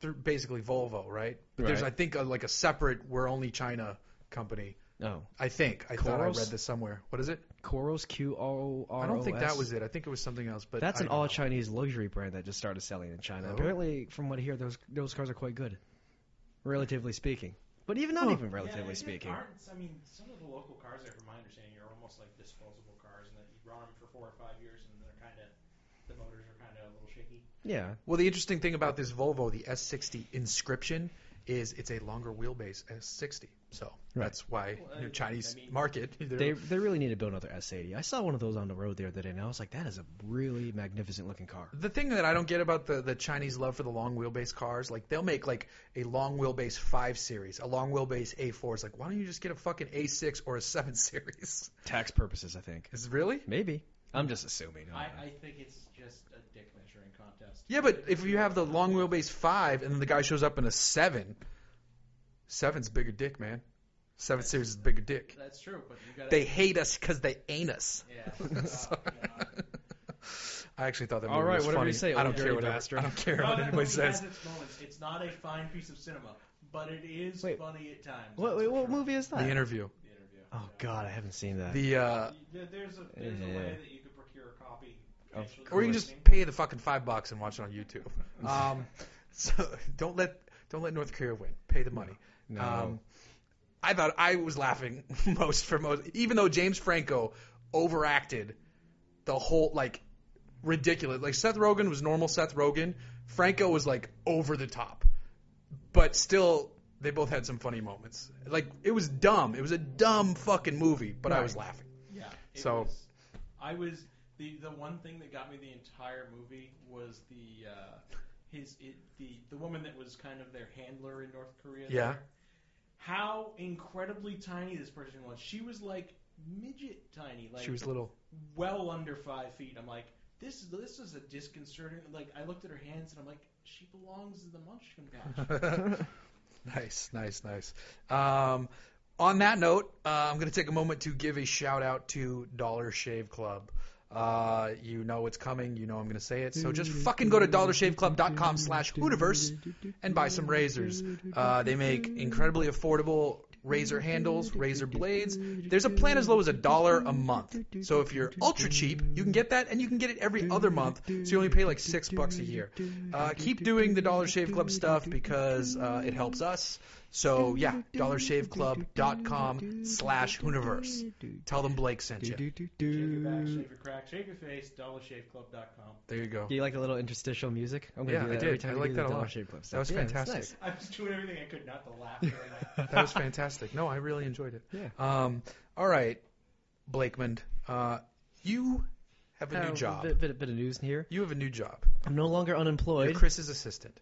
through basically Volvo, right? But there's, I
Right.
think, a, like a separate "We're Only China" company.
No,
I think. I thought I
Coros?
read this somewhere. What is it?
Coros Q O R O S.
I don't think that was it. I think it was something else. But
That's
I
an
don't know.
all Chinese luxury brand that just started selling in China.
Oh.
Apparently, from what I hear, those those cars are quite good, relatively speaking. But even not
Huh.
even
Yeah,
relatively
they
speaking.
Aren't, I mean, some of the local cars there, from my understanding, are almost like disposable cars, and that you run them for four or five years, and they're kind of the motors are kind of a little shaky.
Yeah,
Well, the interesting thing about this Volvo, the S60 Inscription, is it's a longer wheelbase as 60. So
Right.
that's why
Well,
you know,
I-
Chinese
I mean-
market. they're-
They they really need to build another S80. I saw one of those on the road the other day, and I was like, that is a really magnificent looking car.
The thing that I don't get about the, the Chinese love for the long wheelbase cars, like they'll make like a long wheelbase five series, a long wheelbase A4. It's like why don't you just get a fucking A6 or a seven series?
Tax purposes, I think.
Is it really?
Maybe. I'm just assuming. I don't
I,
know.
I think it's just a dick measuring contest.
Yeah, but if you have the long wheelbase five and then the guy shows up in a seven, seven's bigger dick, man. Seven series is bigger dick.
That's true, but you got
They hate us because they ain't us.
Yeah.
So- I actually thought that
All
movie
right,
was
whatever
funny.
you say,
I don't
old
care
dirty
what ever-
bastard.
I don't care
No,
what
that
anybody
movie has
says.
its moments. It's not a fine piece of cinema, but it is
Wait.
funny at times.
What,
that's
wait,
for
what
sure.
movie is that?
The interview.
The interview.
oh
yeah.
God, I haven't seen that.
The uh,
There- There's a there's a
Yeah.
way that you could procure a copy.
Of
potentially
or you can
for
just
listening.
pay the fucking five bucks and watch it on YouTube. Um, so don't let don't let North Korea win. Pay the money.
no.
Um, I thought I was laughing most for most, even though James Franco overacted the whole like ridiculous. Like Seth Rogen was normal Seth Rogen. Franco was like over the top, but still they both had some funny moments. Like it was dumb. It was a dumb fucking movie, but I was laughing.
Yeah. it
So-
was- I was the the one thing that got me the entire movie was the uh, his it, the the woman that was kind of their handler in North Korea.
Yeah.
there. How incredibly tiny this person was. She was like midget tiny, like
she was little.
well under five feet. I'm like, this is this is a disconcerting. Like I looked at her hands and I'm like, she belongs in the Munchkin Patch.
nice, nice, nice. Um, on that note, uh, I'm going to take a moment to give a shout out to Dollar Shave Club. Uh, you know it's coming. You know I'm going to say it. So just fucking go to dollarshaveclub.com slash Hooniverse and buy some razors. Uh, they make incredibly affordable razor handles, razor blades. There's a plan as low as a dollar a month. So if you're ultra cheap, you can get that, and you can get it every other month. So you only pay like six bucks a year. Uh, keep doing the Dollar Shave Club stuff because uh, it helps us. So oh, yeah, dollarshaveclub.com slash Hooniverse. Tell them Blake sent you.
shave your back,
Do
shave your crack, shave your face. DollarShaveClub.com.
There you go.
you like the little interstitial music? I'm
Yeah,
gonna do
I
that
did.
every time
I
we
like
do
that
the
a
Dollar
lot.
Shave Club
That was
stuff. Yeah, it's
fantastic.
nice.
I was doing everything I could not to laugh during that.
That was fantastic. No, I really enjoyed it.
Yeah.
Um, all right, Blakeman, uh, you have a
Uh,
new job.
Bit, bit, bit of news here.
You have a new job.
I'm no longer
You're
unemployed.
Chris's assistant.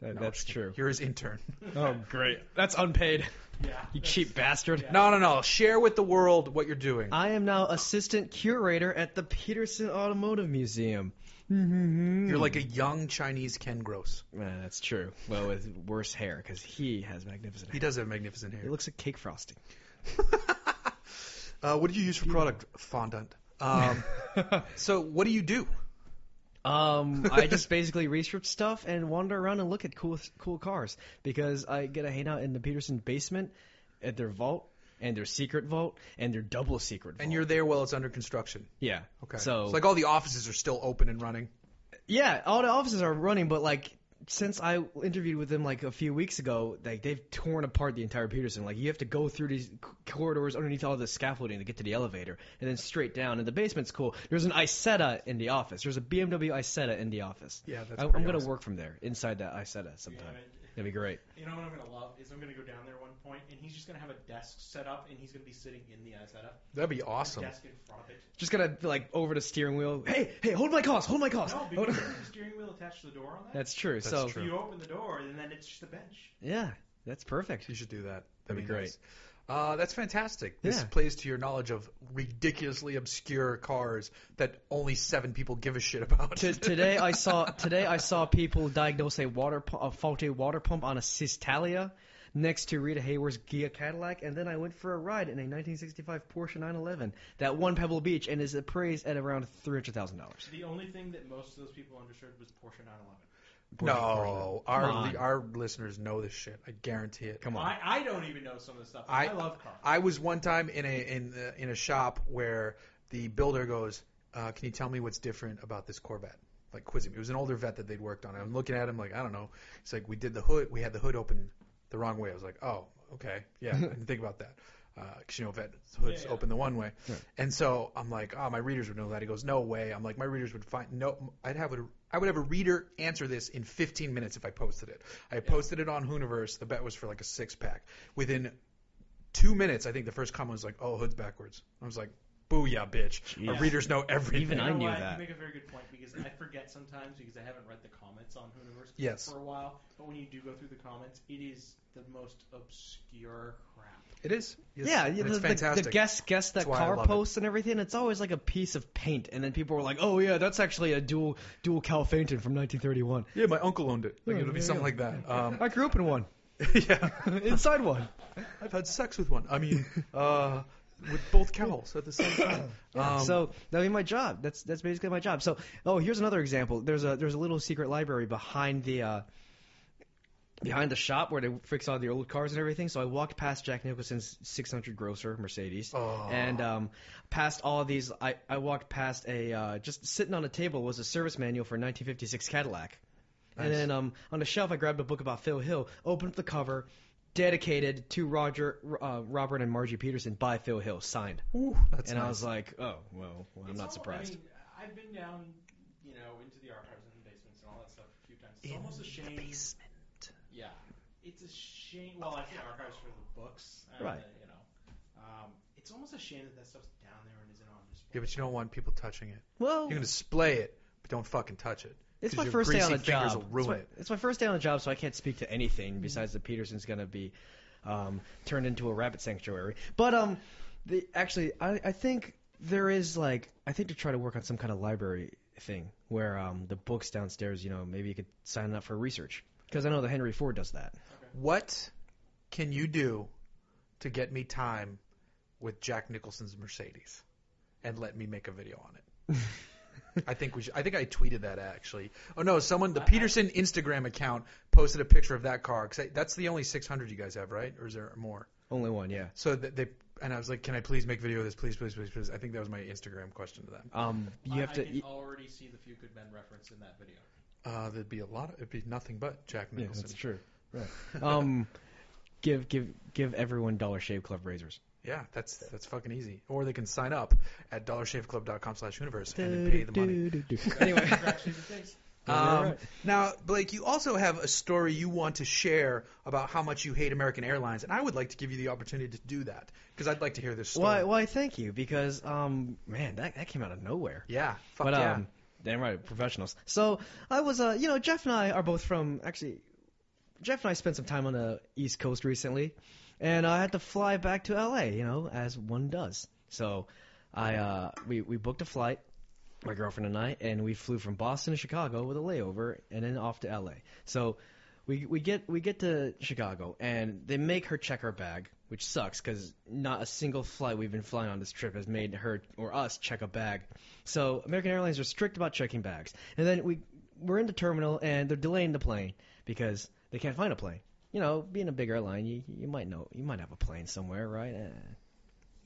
That-
No, I'm
that's
just kidding.
true.
You're his intern.
Oh, great. That's unpaid.
Yeah.
You
that's-
cheap bastard.
Yeah.
No, no, no. Share with the world what you're doing.
I am now assistant curator at the Peterson Automotive Museum.
You're like a young Chinese Ken Gross.
Nah, that's true. Well, with worse hair because he has magnificent
He
hair.
does have magnificent hair.
It looks like cake frosting.
Uh, what do you use for product? Fondant. Um, so what do you do?
Um, I just basically research stuff and wander around and look at cool cool cars because I get to hang out in the Peterson basement at their vault and their secret vault and their double secret vault.
And you're there while it's under construction.
yeah.
Okay.
So,
like all the offices are still open and running.
yeah, all the offices are running, but like since I interviewed with them like a few weeks ago, like they've torn apart the entire Peterson. Like you have to go through these c- corridors underneath all the scaffolding to get to the elevator, and then straight down. And the basement's cool. There's an Isetta in the office. There's a BMW Isetta in the office.
Yeah, that's
I, I'm
pretty
gonna
awesome.
work from there inside that Isetta sometime.
Yeah, and- uh,
That'd be great.
You know what I'm gonna love is I'm gonna go down there one point and he's just gonna have a desk set up and he's gonna be sitting in the eye setup.
That'd be awesome.
Desk in front of it.
Just gonna like over the steering wheel. Hey, hey, hold my cost, hold my cost.
No, because there's a steering wheel attached to the door on that.
that's true.
That's
so
true.
You open the door and then it's just a bench.
yeah, that's perfect.
You should do that.
That'd be great.
nice. Uh, that's fantastic. This
Yeah.
plays to your knowledge of ridiculously obscure cars that only seven people give a shit about.
T- today I saw today I saw people diagnose a water pu- a faulty water pump on a Cistalia next to Rita Hayworth's Gia Cadillac, and then I went for a ride in a 1965 Porsche 911 that won Pebble Beach and is appraised at around three hundred thousand dollars.
The only thing that most of those people understood was Porsche 911.
no, our
Come
li-
on.
our listeners know this shit. I guarantee it.
Come on.
I, I don't even know some of the stuff.
I-
I, love cars.
I was one time in a in uh, in a shop where the builder goes, uh, "Can you tell me what's different about this Corvette?" Like quiz him. It was an older vet that they'd worked on. I'm looking at him like, I don't know. It's like we did the hood. We had the hood open the wrong way. I was like, oh, okay, yeah, I didn't think about that. because you know vet hoods
Yeah, yeah.
open the one way.
Yeah.
And so I'm like, oh, my readers would know that. He goes, no way. I'm like, my readers would find no. I'd have a I would have a reader answer this in 15 minutes if I posted it. I posted it on Hooniverse. The bet was for like a six pack. Within two minutes, I think the first comment was like, oh, hood's backwards. I was like, booyah, bitch. Our
Jeez.
readers know everything.
Even
You
I
know
knew
what?
that.
You make a very good point because I forget sometimes because I haven't read the comments on Hooniverse
Yes.
for a while. But when you do go through the comments, it is the most obscure crap.
It is. It's-
yeah,
and
you know,
it's
the,
fantastic.
the guest guest that
That's why I
car
love it.
posts and everything. It's always like a piece of paint, and then people were like, "Oh yeah, that's actually a dual dual Calfainton from 1931.
Yeah, my uncle owned it. Like
Yeah,
it'll be
there
something
you
like that. Um,
I grew up in one,
yeah,
inside one."
I've had sex with one. I mean, uh, with both cows at the same time. Um,
so that'd be my job. That's that's basically my job. So oh, here's another example. There's a there's a little secret library behind the uh, behind the shop where they fix all the old cars and everything. So I walked past Jack Nicholson's 600 grocer Mercedes,
Oh.
and um, past all these. I I walked past a uh, just sitting on a table was a service manual for a 1956 Cadillac. And
Nice.
then um, on the shelf, I grabbed a book about Phil Hill, opened up the cover, dedicated to Roger, uh, Robert, and Margie Peterson by Phil Hill, signed
Ooh, that's
and I
nice.
was like, oh, well, well, I'm
It's
not
almo-
surprised.
I mean, I've been down, you know, into the archives and the basements and all that stuff a few times. It's almost a shame. Yeah, it's a shame. Well, I think archives for the books, and,
Right.
uh, you know, um, it's almost a shame that that stuff's down there and isn't on display.
Yeah, but you don't want people touching it.
well,
You're gonna display it, but don't fucking touch it.
it's
'cause
my
your
first day on
greasy
a
fingers
job.
will ruin
it's, my,
it. Mm-hmm.
it's my first day on a job, so I can't speak to anything besides that Peterson's going to be um, turned into a rabbit sanctuary. But um, the, actually, I, I think there is like I think to try to work on some kind of library thing where um, the books downstairs, you know, maybe you could sign up for research because I know that Henry Ford does that.
What can you do to get me time with Jack Nicholson's Mercedes, and let me make a video on it? I think we should. I think I tweeted that actually. Oh no, someone the
I- I-
Peterson Instagram account posted a picture of that car because that's the only 600 you guys have, right? Or is there more?
Only one, yeah.
So th- they and I was like, can I please make video of this? Please, please, please, please. I think that was my Instagram question to them.
Um, you
I,
have
I
to.
can already see the few good men reference in that video.
Uh, there'd be a lot. Of, it'd be nothing but Jack
yeah,
Nicholson.
that's true. Right. Um, give give give everyone Dollar Shave Club razors.
Yeah, that's that's fucking easy. Or they can sign up at dollarshaveclub.com/universe and then pay the money.
Anyway.
Scratch his face.
Um, now, Blake, you also have a story you want to share about how much you hate American Airlines, and I would like to give you the opportunity to do that because I'd like to hear this story.
Why? Why? Thank you, because um, man, that that came out of nowhere.
Yeah, fuck
but
yeah.
um, damn right, professionals. So I was uh, you know, Jeff and I are both from actually. Jeff and I spent some time on the East Coast recently, and I had to fly back to LA, you know, as one does. So I uh, we we booked a flight, my girlfriend and I, and we flew from Boston to Chicago with a layover, and then off to LA. So we we get we get to Chicago, and they make her check her bag, which sucks because not a single flight we've been flying on this trip has made her or us check a bag. So American Airlines are strict about checking bags, and then we we're in the terminal, and they're delaying the plane because they can't find a plane. You know, being a big airline, you you might know you might have a plane somewhere, right? Eh.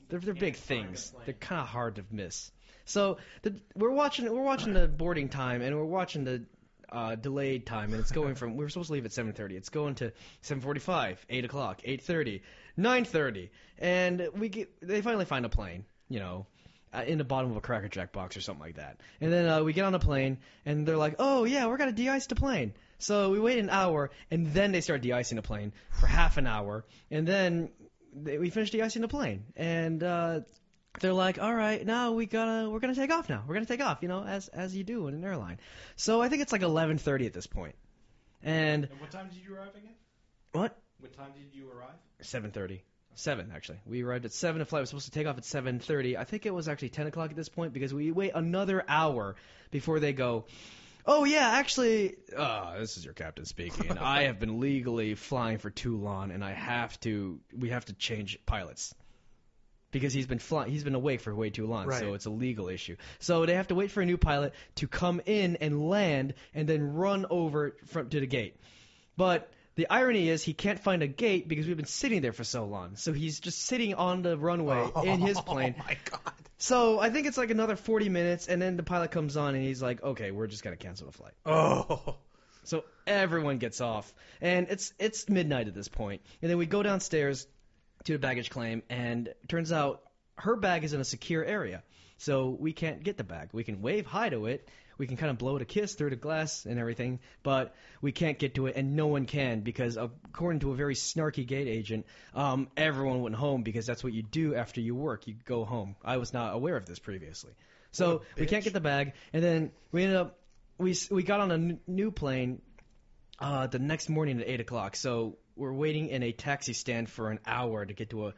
They're they're
Can't
big
find a
things.
plane.
They're kind of hard to miss. So the, we're watching we're watching the boarding time, and we're watching the uh, delayed time, and it's going from we were supposed to leave at 7:30. It's going to 7:45, 8 o'clock, 8:30, 9:30, and we get they finally find a plane, you know, uh, in the bottom of a Cracker Jack box or something like that. And then uh, we get on a plane, and they're like, "Oh yeah, we're gonna de-ice the plane." So we wait an hour, and then they start de-icing the plane for half an hour, and then they, we finish de-icing the plane, and uh, they're like, all right, now we gotta, we're gonna take off now. We're gonna take off, you know, as as you do in an airline. So I think it's like 11:30 at this point, and
And what time did you arrive again?
What?
What time did you arrive?
7:30, seven actually. We arrived at seven. The flight was supposed to take off at 7:30. I think it was actually 10 o'clock at this point because we wait another hour before they go. Oh yeah, actually, uh, this is your captain speaking. I have been legally flying for too long, and I have to. We have to change pilots because he's been flying. He's been awake for way too long,
Right.
so it's a legal issue. So they have to wait for a new pilot to come in and land, and then run over front to the gate. But the irony is he can't find a gate because we've been sitting there for so long. So he's just sitting on the runway in his plane.
Oh my god.
So I think it's like another 40 minutes, and then the pilot comes on and he's like, "Okay, we're just gonna cancel the flight."
Oh.
So everyone gets off, and it's it's midnight at this point, and then we go downstairs to the baggage claim, and turns out her bag is in a secure area, so we can't get the bag. We can wave hi to it, we can kind of blow it a kiss through the glass and everything, but we can't get to it, and no one can because according to a very snarky gate agent, um, everyone went home because that's what you do after you work. You go home. I was not aware of this previously, so
What a
we can't
bitch.
get the bag, and then we ended up we s- we got on a n- new plane uh, the next morning at eight o'clock. So we're waiting in a taxi stand for an hour to get to a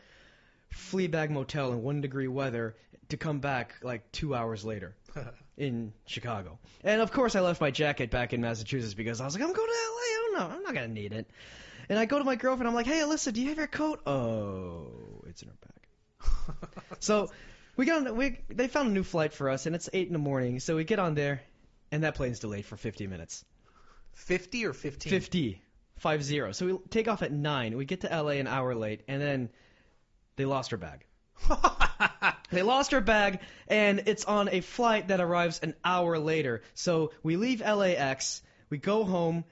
Fleabag motel in one degree weather to come back like two hours later in Chicago. And of course, I left my jacket back in Massachusetts because I was like, I'm going to LA. I don't know. I'm not gonna need it. And I go to my girlfriend. I'm like, Hey, Alyssa, do you have your coat? Oh, it's in her bag. So we got on, we they found a new flight for us, and it's eight in the morning. So we get on there, and that plane's delayed for 50 minutes.
50 or 15?
50, five zero. So we take off at nine. We get to L.A. an hour late, and then they lost her bag. They lost her bag, and it's on a flight that arrives an hour later. So we leave LAX, we go home,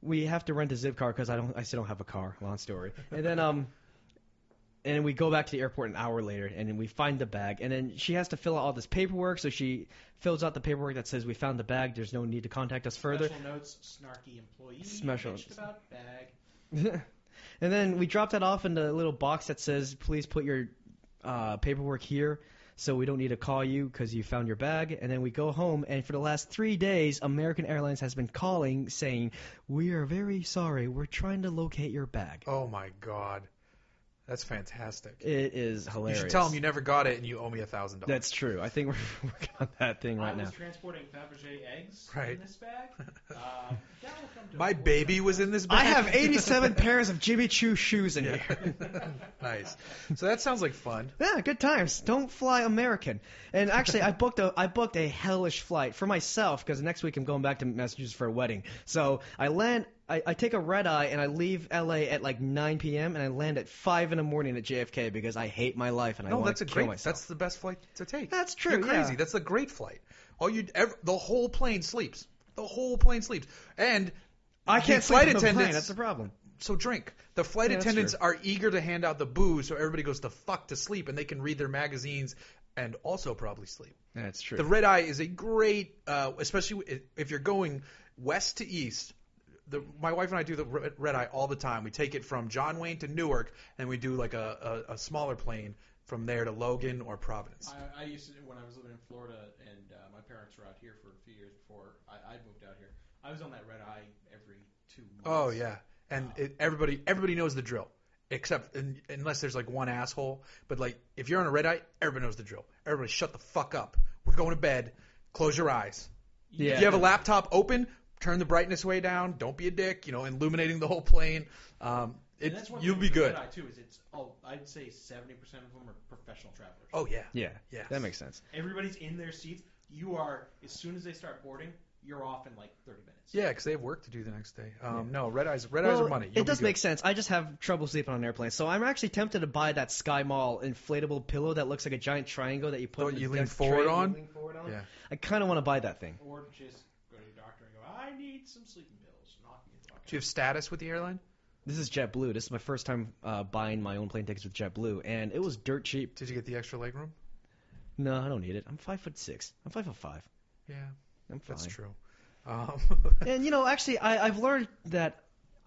we have to rent a zip car because I don't, I still don't have a car. Long story. And then um, and we go back to the airport an hour later, and then we find the bag, and then she has to fill out all this paperwork. So she fills out the paperwork that says we found the bag. There's no need to contact us further.
Special notes, snarky employee.
Special-
bitched about bag.
and then we drop that off in the little box that says, "Please put your uh, paperwork here, so we don't need to call you because you found your bag." And then we go home, and for the last three days, American Airlines has been calling saying, "We are very sorry. We're trying to locate your bag."
Oh my god, that's fantastic.
It is hilarious.
You should tell them you never got it and you owe me a thousand dollars.
That's true. I think we're working on that thing
I
right
was
now.
transporting Fabergé eggs
Right.
in this bag. Um, that will come to
My
a boil
baby was in
sometime.
this. Bag.
I have 87 pairs of Jimmy Choo shoes in
Yeah.
here.
nice. So that sounds like fun.
Yeah, good times. Don't fly American. And actually, I booked a I booked a hellish flight for myself because next week I'm going back to Massachusetts for a wedding. So I land, I, I take a red eye and I leave L.A. at like 9 p.m. and I land at five in the morning at JFK because I hate my life and I
No,
want
that's
to
a
kill
great.
myself.
That's the best flight to take.
That's true,
You're crazy.
yeah.
That's a great flight. All you ever, the whole plane sleeps. The whole plane sleeps. And
I
the
can't
flight
sleep on the plane.
attendants-
That's the problem.
so drink. The flight
Yeah, that's
attendants
true.
are eager to hand out the booze, so everybody goes the fuck to sleep, and they can read their magazines and also probably sleep.
That's true.
The red eye is a great, uh, especially i- if you're going west to east. The, my wife and I do the re- red eye all the time. We take it from John Wayne to Newark, and we do like a, a, a smaller plane from there to Logan or Providence.
I, I used to when I was living in Florida, and uh, my parents were out here for a few years before I, I moved out here. I was on that red eye every two months.
Oh yeah, and it, everybody everybody knows the drill, except un unless there's like one asshole. But like if you're on a red eye, everybody knows the drill. Everybody shut the fuck up. We're going to bed. Close your eyes.
Yeah.
If you have a laptop open, turn the brightness way down. Don't be a dick. You know, illuminating the whole plane. Um,
And
it,
that's one
you'll
thing
be
with
good.
Red eye too is it's oh I'd say seventy percent of them are professional travelers.
Oh yeah.
yeah,
Yes.
that makes sense.
Everybody's in their seats. You are as soon as they start boarding, you're off in like thirty minutes.
Yeah, 'cause they have work to do the next day. Um, No, red eyes. Red eyes
Well,
are money. You'll
It does
be good.
make sense. I just have trouble sleeping on airplanes, so I'm actually tempted to buy that Sky Mall inflatable pillow that looks like a giant triangle that you
Oh,
put. in
you
the
lean
desk
forward
tray,
on?
You lean forward on.
Yeah.
I kind of want to buy that thing.
Or just go to your doctor and go, I need some sleeping pills. Knock me the fuck out.
Do you have status with the airline?
This is JetBlue. This is my first time uh, buying my own plane tickets with JetBlue, and it was dirt cheap.
Did you get the extra leg room?
No, I don't need it. I'm five foot six. I'm five foot five.
Yeah,
I'm fine.
that's true. Um,
And you know, actually, I, I've learned that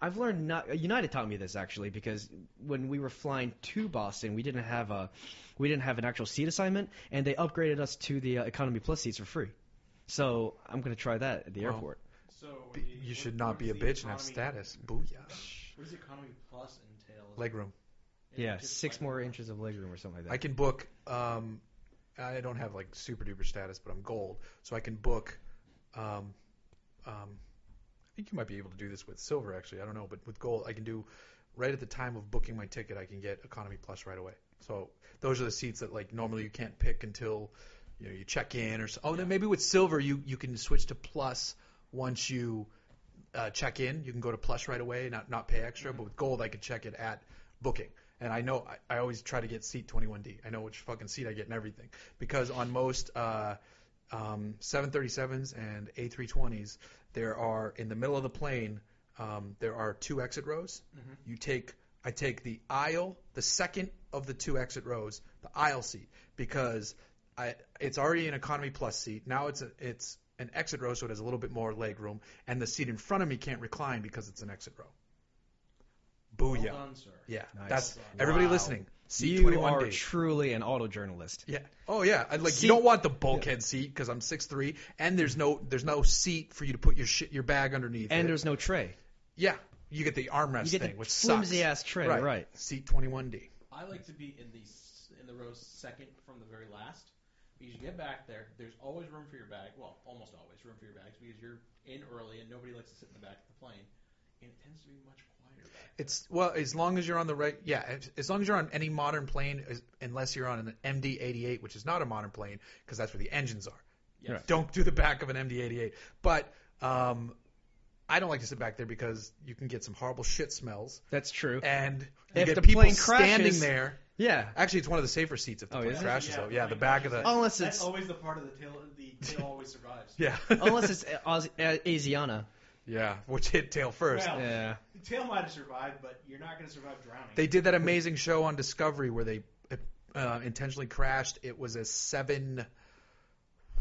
I've learned not. United taught me this actually because when we were flying to Boston, we didn't have a we didn't have an actual seat assignment, and they upgraded us to the uh, economy plus seats for free. So I'm gonna try that at the
Wow.
airport.
So
Be-
what-
you should
what
not be a
does the
bitch and have
economy-
status. Booyah.
What does economy plus entail? Is
Leg room.
it
Yeah,
just
six
like-
more
Oh,
inches of legroom or something
I
like
can book. Um, I don't have like super duper status, but I'm gold, so I can book. Um, um, I think you might be able to do this with silver, actually. I don't know, but with gold, I can do right at the time of booking my ticket. I can get economy plus right away. So those are the seats that like normally you can't pick until you know you check in or so. Oh, then maybe with silver you you can switch to plus once you uh, check in. You can go to plus right away, not not pay extra. But with gold, I could check it at booking. And I know I, I always try to get seat 21D. I know which fucking seat I get and everything because on most uh, um, 737s and A320s, there are in the middle of the plane um, there are two exit rows. You take I I take the aisle, the second of the two exit rows, the aisle seat, because I it's already an economy plus seat. Now it's a, it's an exit row, so it has a little bit more leg room, and the seat in front of me can't recline because it's an exit row.
Well
Booyah!
done, sir.
Yeah,
Nice.
that's
Wow.
everybody listening. Seat
You
21
are
D.
truly an auto journalist.
Yeah. Oh yeah. I, like
Seat-
you don't want the bulkhead seat because I'm six three, and there's no there's no seat for you to put your shit your bag underneath.
And
it.
there's no tray.
yeah, you get the armrest
You get
thing,
the
which
flimsy
sucks.
ass tray, right.
Seat 21D.
I like to be in the s- in the row second from the very last because you get back there. There's always room for your bag. Well, almost always room for your bags because you're in early and nobody likes to sit in the back of the plane, and it tends to be much quieter. Back there.
It's well as long as you're on the right. Yeah, as- as long as you're on any modern plane, as- unless you're on an MD-88, which is not a modern plane because that's where the engines are.
Yes.
Right.
Don't do the back of an MD-88. But um, I don't like to sit back there because you can get some horrible shit smells,
That's true.
and you
If
get
the
people
plane
standing
crashes-
there.
Yeah.
Actually, it's one of the safer seats if the
Oh,
plane
is it? Oh.
crashes. though. yeah, the
right.
back of the.
Unless
That's
it's
always the part of the tail. The tail always survives.
Yeah.
unless it's Oz- uh, Asiana.
yeah, which hit tail first.
Well,
Yeah.
The tail might have survived, but you're not going to survive drowning.
They did that amazing show on Discovery where they uh, intentionally crashed. It was a seven,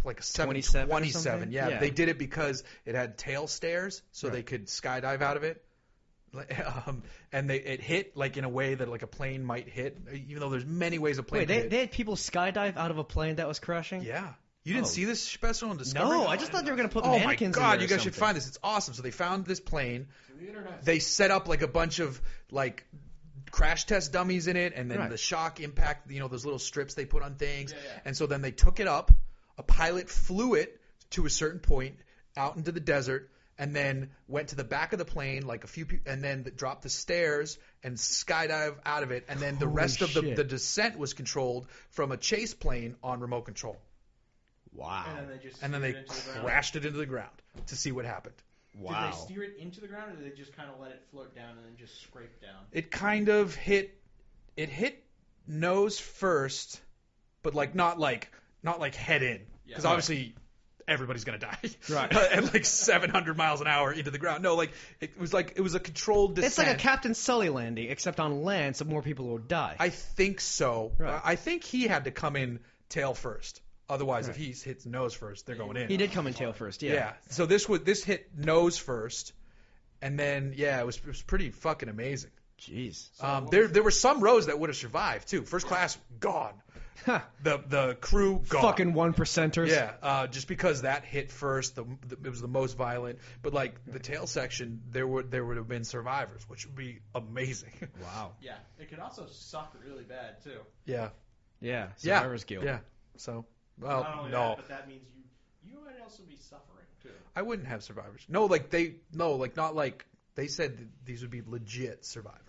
like a seven
27 or
twenty-seven.
something?
Yeah,
Yeah.
they did it because it had tail stairs, so they
Right.
could skydive out of it. Like, Um, and they it hit like in a way that like a plane might hit, even though there's many ways a plane.
Wait,
could
they,
hit.
they had people skydive out of a plane that was crashing?
yeah. You didn't
Oh.
see this special on Discovery?
No, I just thought they were gonna put
Oh my
mannequins.
god,
in there
you
or
guys should
something.
find this. It's awesome. So they found this plane.
To the internet.
they set up like a bunch of like crash test dummies in it and then
Right.
the shock impact you know those little strips they put on things
Yeah, yeah.
and so then they took it up a pilot flew it to a certain point out into the desert and then went to the back of the plane like a few pe- and then th- dropped the stairs and skydive out of it and then the
Holy
rest of the,
shit.
the descent was controlled from a chase plane on remote control
Wow.
and then they just
and then
steer
they
it into the ground.
crashed it into the ground to see what happened
Wow.
Did they steer it into the ground, or did they just kind of let it float down and then just scrape down?
it kind of hit it hit nose first but like not like not like head in
Yeah.
because obviously everybody's gonna die
Right.
at like 700 miles an hour into the ground no like it was like it was a controlled descent
It's like a Captain Sully landing, except on land, so more people will die.
i think so
Right.
i think he had to come in tail first otherwise if
Right.
he hits nose first they're going in
he did come in tail first, yeah.
so this would this hit nose first and then yeah it was, it was pretty fucking amazing
Jeez.
So
um,
what
there
was-
there were some rows that would have survived too first class gone
Huh.
the the crew gone.
Fucking one percenters.
yeah. Uh, just because that hit first, the, the it was the most violent. But like the tail section, there would there would have been survivors, which would be amazing.
Wow.
Yeah, it could also suck really bad too.
yeah.
Yeah.
Yeah.
Survivor's Guild.
Yeah. So
Not
well,
only
Oh, no,
that, but that means you you might also be suffering too.
I wouldn't have survivors. No, like they no, like not like they said that these would be legit survivors.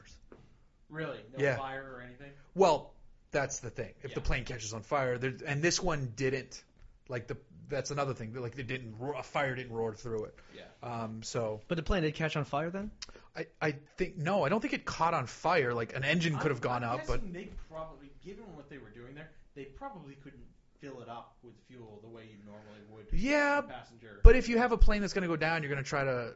Really, no
Yeah.
fire or anything.
Well, that's the thing. If the
Yeah.
plane catches on fire, there, and this one didn't. Like the that's another thing. Like they didn't roar, a fire didn't roar through it.
Yeah.
Um. So.
But the plane did catch on fire then?
I, I think no, I don't think it caught on fire. Like an engine could have gone
I'm
up, but
guessing they probably, given what they were doing there, they probably couldn't fill it up with fuel the way you normally would.
Yeah,
as a passenger.
but if you have a plane that's going to go down, you're going to try to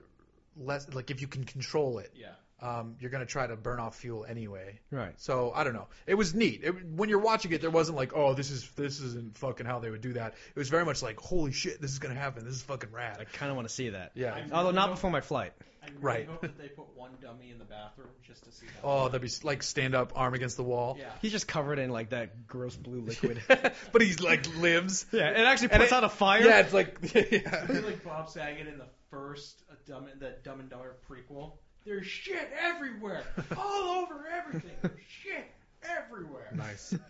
less like if you can control it,
yeah,
um, you're going to try to burn off fuel anyway.
Right.
So I don't know. It was neat. It, when you're watching it, there wasn't like, oh, this is this isn't fucking how they would do that. It was very much like, holy shit, this is going to happen. This is fucking rad.
I kinda wanna see that.
yeah.
I'm-
Although not before my flight.
I really
Right.
hope that they put one dummy in the bathroom just to see. How
oh, that'd be like stand up, arm against the wall.
yeah.
He's just covered in like that gross blue liquid.
but he's like lives.
yeah, it actually
And
puts
it-
out a fire.
Yeah, it's like yeah.
It'd be like Bob Saget in the first uh, Dumb the Dumb and Dumber prequel. There's shit everywhere, all over everything. There's shit everywhere.
nice.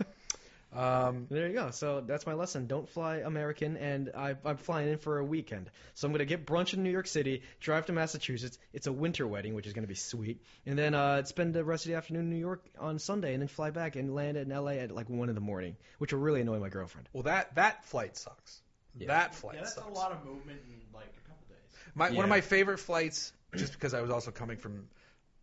Um,
There you go. So that's my lesson. Don't fly American, and I, I'm flying in for a weekend. So I'm gonna get brunch in New York City, drive to Massachusetts. It's a winter wedding, which is gonna be sweet, and then uh, spend the rest of the afternoon in New York on Sunday, and then fly back and land in LA at like one in the morning, which will really annoy my girlfriend.
Well, that that flight sucks.
Yeah.
That flight
yeah, that's
sucks.
a lot of movement in like a couple days.
My, One of
Yeah.
my favorite flights, just because I was also coming from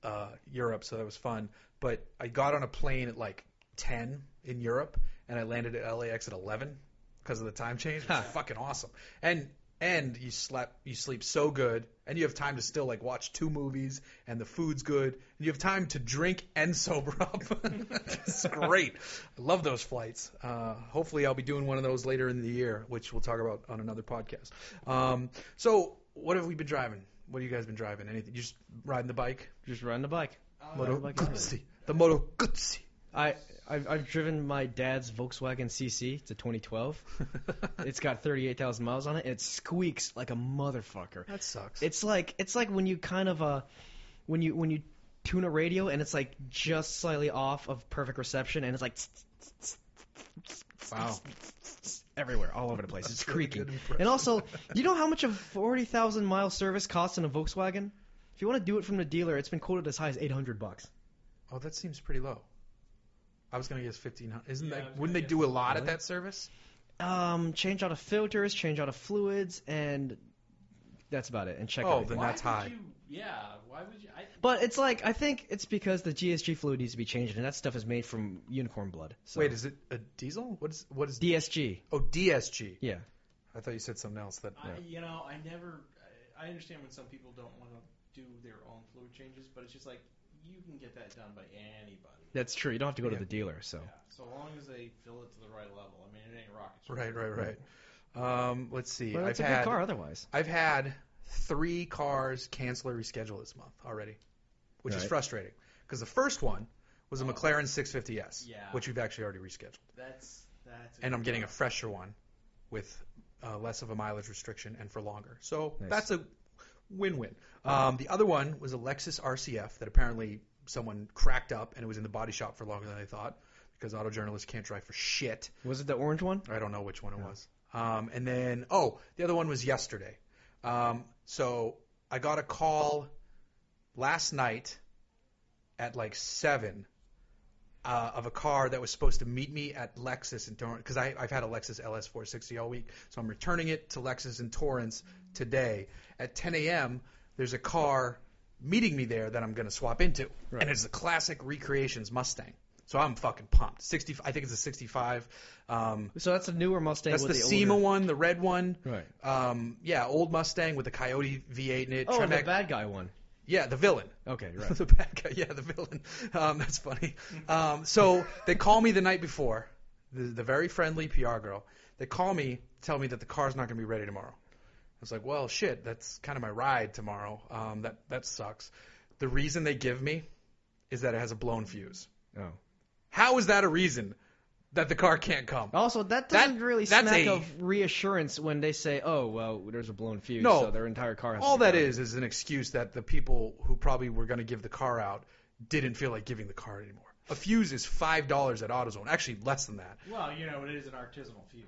uh, Europe, so that was fun. But I got on a plane at like 10 in Europe, and I landed at LAX at 11 because of the time change. It was
Huh.
fucking awesome. And and you slap you sleep so good and you have time to still like watch two movies and the food's good and you have time to drink and sober up it's great i love those flights uh, hopefully i'll be doing one of those later in the year which we'll talk about on another podcast um, so what have we been driving what have you guys been driving anything you just riding the bike
Just riding the bike.
Uh,
moto
bike.
guzzi the moto guzzi
I I've, I've driven my dad's Volkswagen CC. It's a 2012. It's got 38,000 miles on it. It squeaks like a motherfucker.
that sucks
It's like it's like when you kind of uh when you when you tune a radio and it's like just slightly off of perfect reception and it's like
wow
everywhere, all over the place. It's
That's really
creaking.
good impression.
And also, you know how much a 40,000 mile service costs in a Volkswagen? If you want to do it from the dealer, it's been quoted as high as 800 bucks.
Oh, that seems pretty low. I was gonna guess fifteen hundred. Isn't
Yeah, I was
that?
gonna
Wouldn't they
guess
do a lot
Really?
at that service?
Um, change out of filters, change out of fluids, and that's about it. And check.
Oh,
everything.
then
why
that's
would
high.
You, yeah, why would you? I,
But it's like I think it's because the GSG fluid needs to be changed, and that stuff is made from unicorn blood. So.
Wait, is it a diesel? What is what is?
DSG?
oh, DSG.
Yeah.
I thought you said something else. That
I, you know, I never. I, I understand when some people don't want to do their own fluid changes, but it's just like you can get that done by anybody.
That's true. You don't have to go
Yeah.
to the dealer. So
Yeah, so long as they fill it to the right level. I mean, it ain't rocket
right,
science.
right, right. Um, let's see.
But
I've
it's a
had
good car otherwise.
I've had three cars cancel or reschedule this month already, which is
Right.
frustrating because the first one was a
Oh.
McLaren 650s,
Yeah.
which we've actually already rescheduled,
That's that's.
and I'm getting a
good
fresher one with uh, less of a mileage restriction and for longer. So
Nice.
that's a Win-win. Um, the other one was a Lexus RCF that apparently someone cracked up and it was in the body shop for longer than I thought because auto journalists can't drive for shit.
Was it the orange one?
I don't know which one it was. Um, and then oh, the other one was yesterday. Um, so I got a call last night at like seven uh, of a car that was supposed to meet me at Lexus in Torrance because I've had a Lexus LS460 all week, so I'm returning it to Lexus in Torrance today at 10 a.m. There's a car meeting me there that I'm going to swap into,
Right.
and it's the classic recreations Mustang. So I'm fucking pumped. 60, I think it's a 65. Um,
So that's a newer Mustang.
that's the,
with the,
SEMA
older...
one, the red one.
Right.
Um, yeah, old Mustang with the Coyote V8 in it.
Oh,
Tremec-
the bad guy one.
yeah, the villain.
Okay, right.
the bad guy. Yeah, the villain. Um, that's funny. Um, so they call me the night before, the, the very friendly PR girl. They call me, tell me that the car's not going to be ready tomorrow. I was like, well, shit, that's kind of my ride tomorrow. Um, that that sucks. The reason they give me is that it has a blown fuse.
Oh.
How is that a reason that the car can't come?
Also,
That-
that doesn't really
that's
smack
a-
of reassurance when they say, "Oh, well, there's a blown fuse,
No.
so their entire car." Has
All
to be
that
gone."
is is an excuse that the people who probably were going to give the car out didn't feel like giving the car anymore. A fuse is five dollars at AutoZone, actually less than that.
job. Well, you know, it is an artisanal fuse.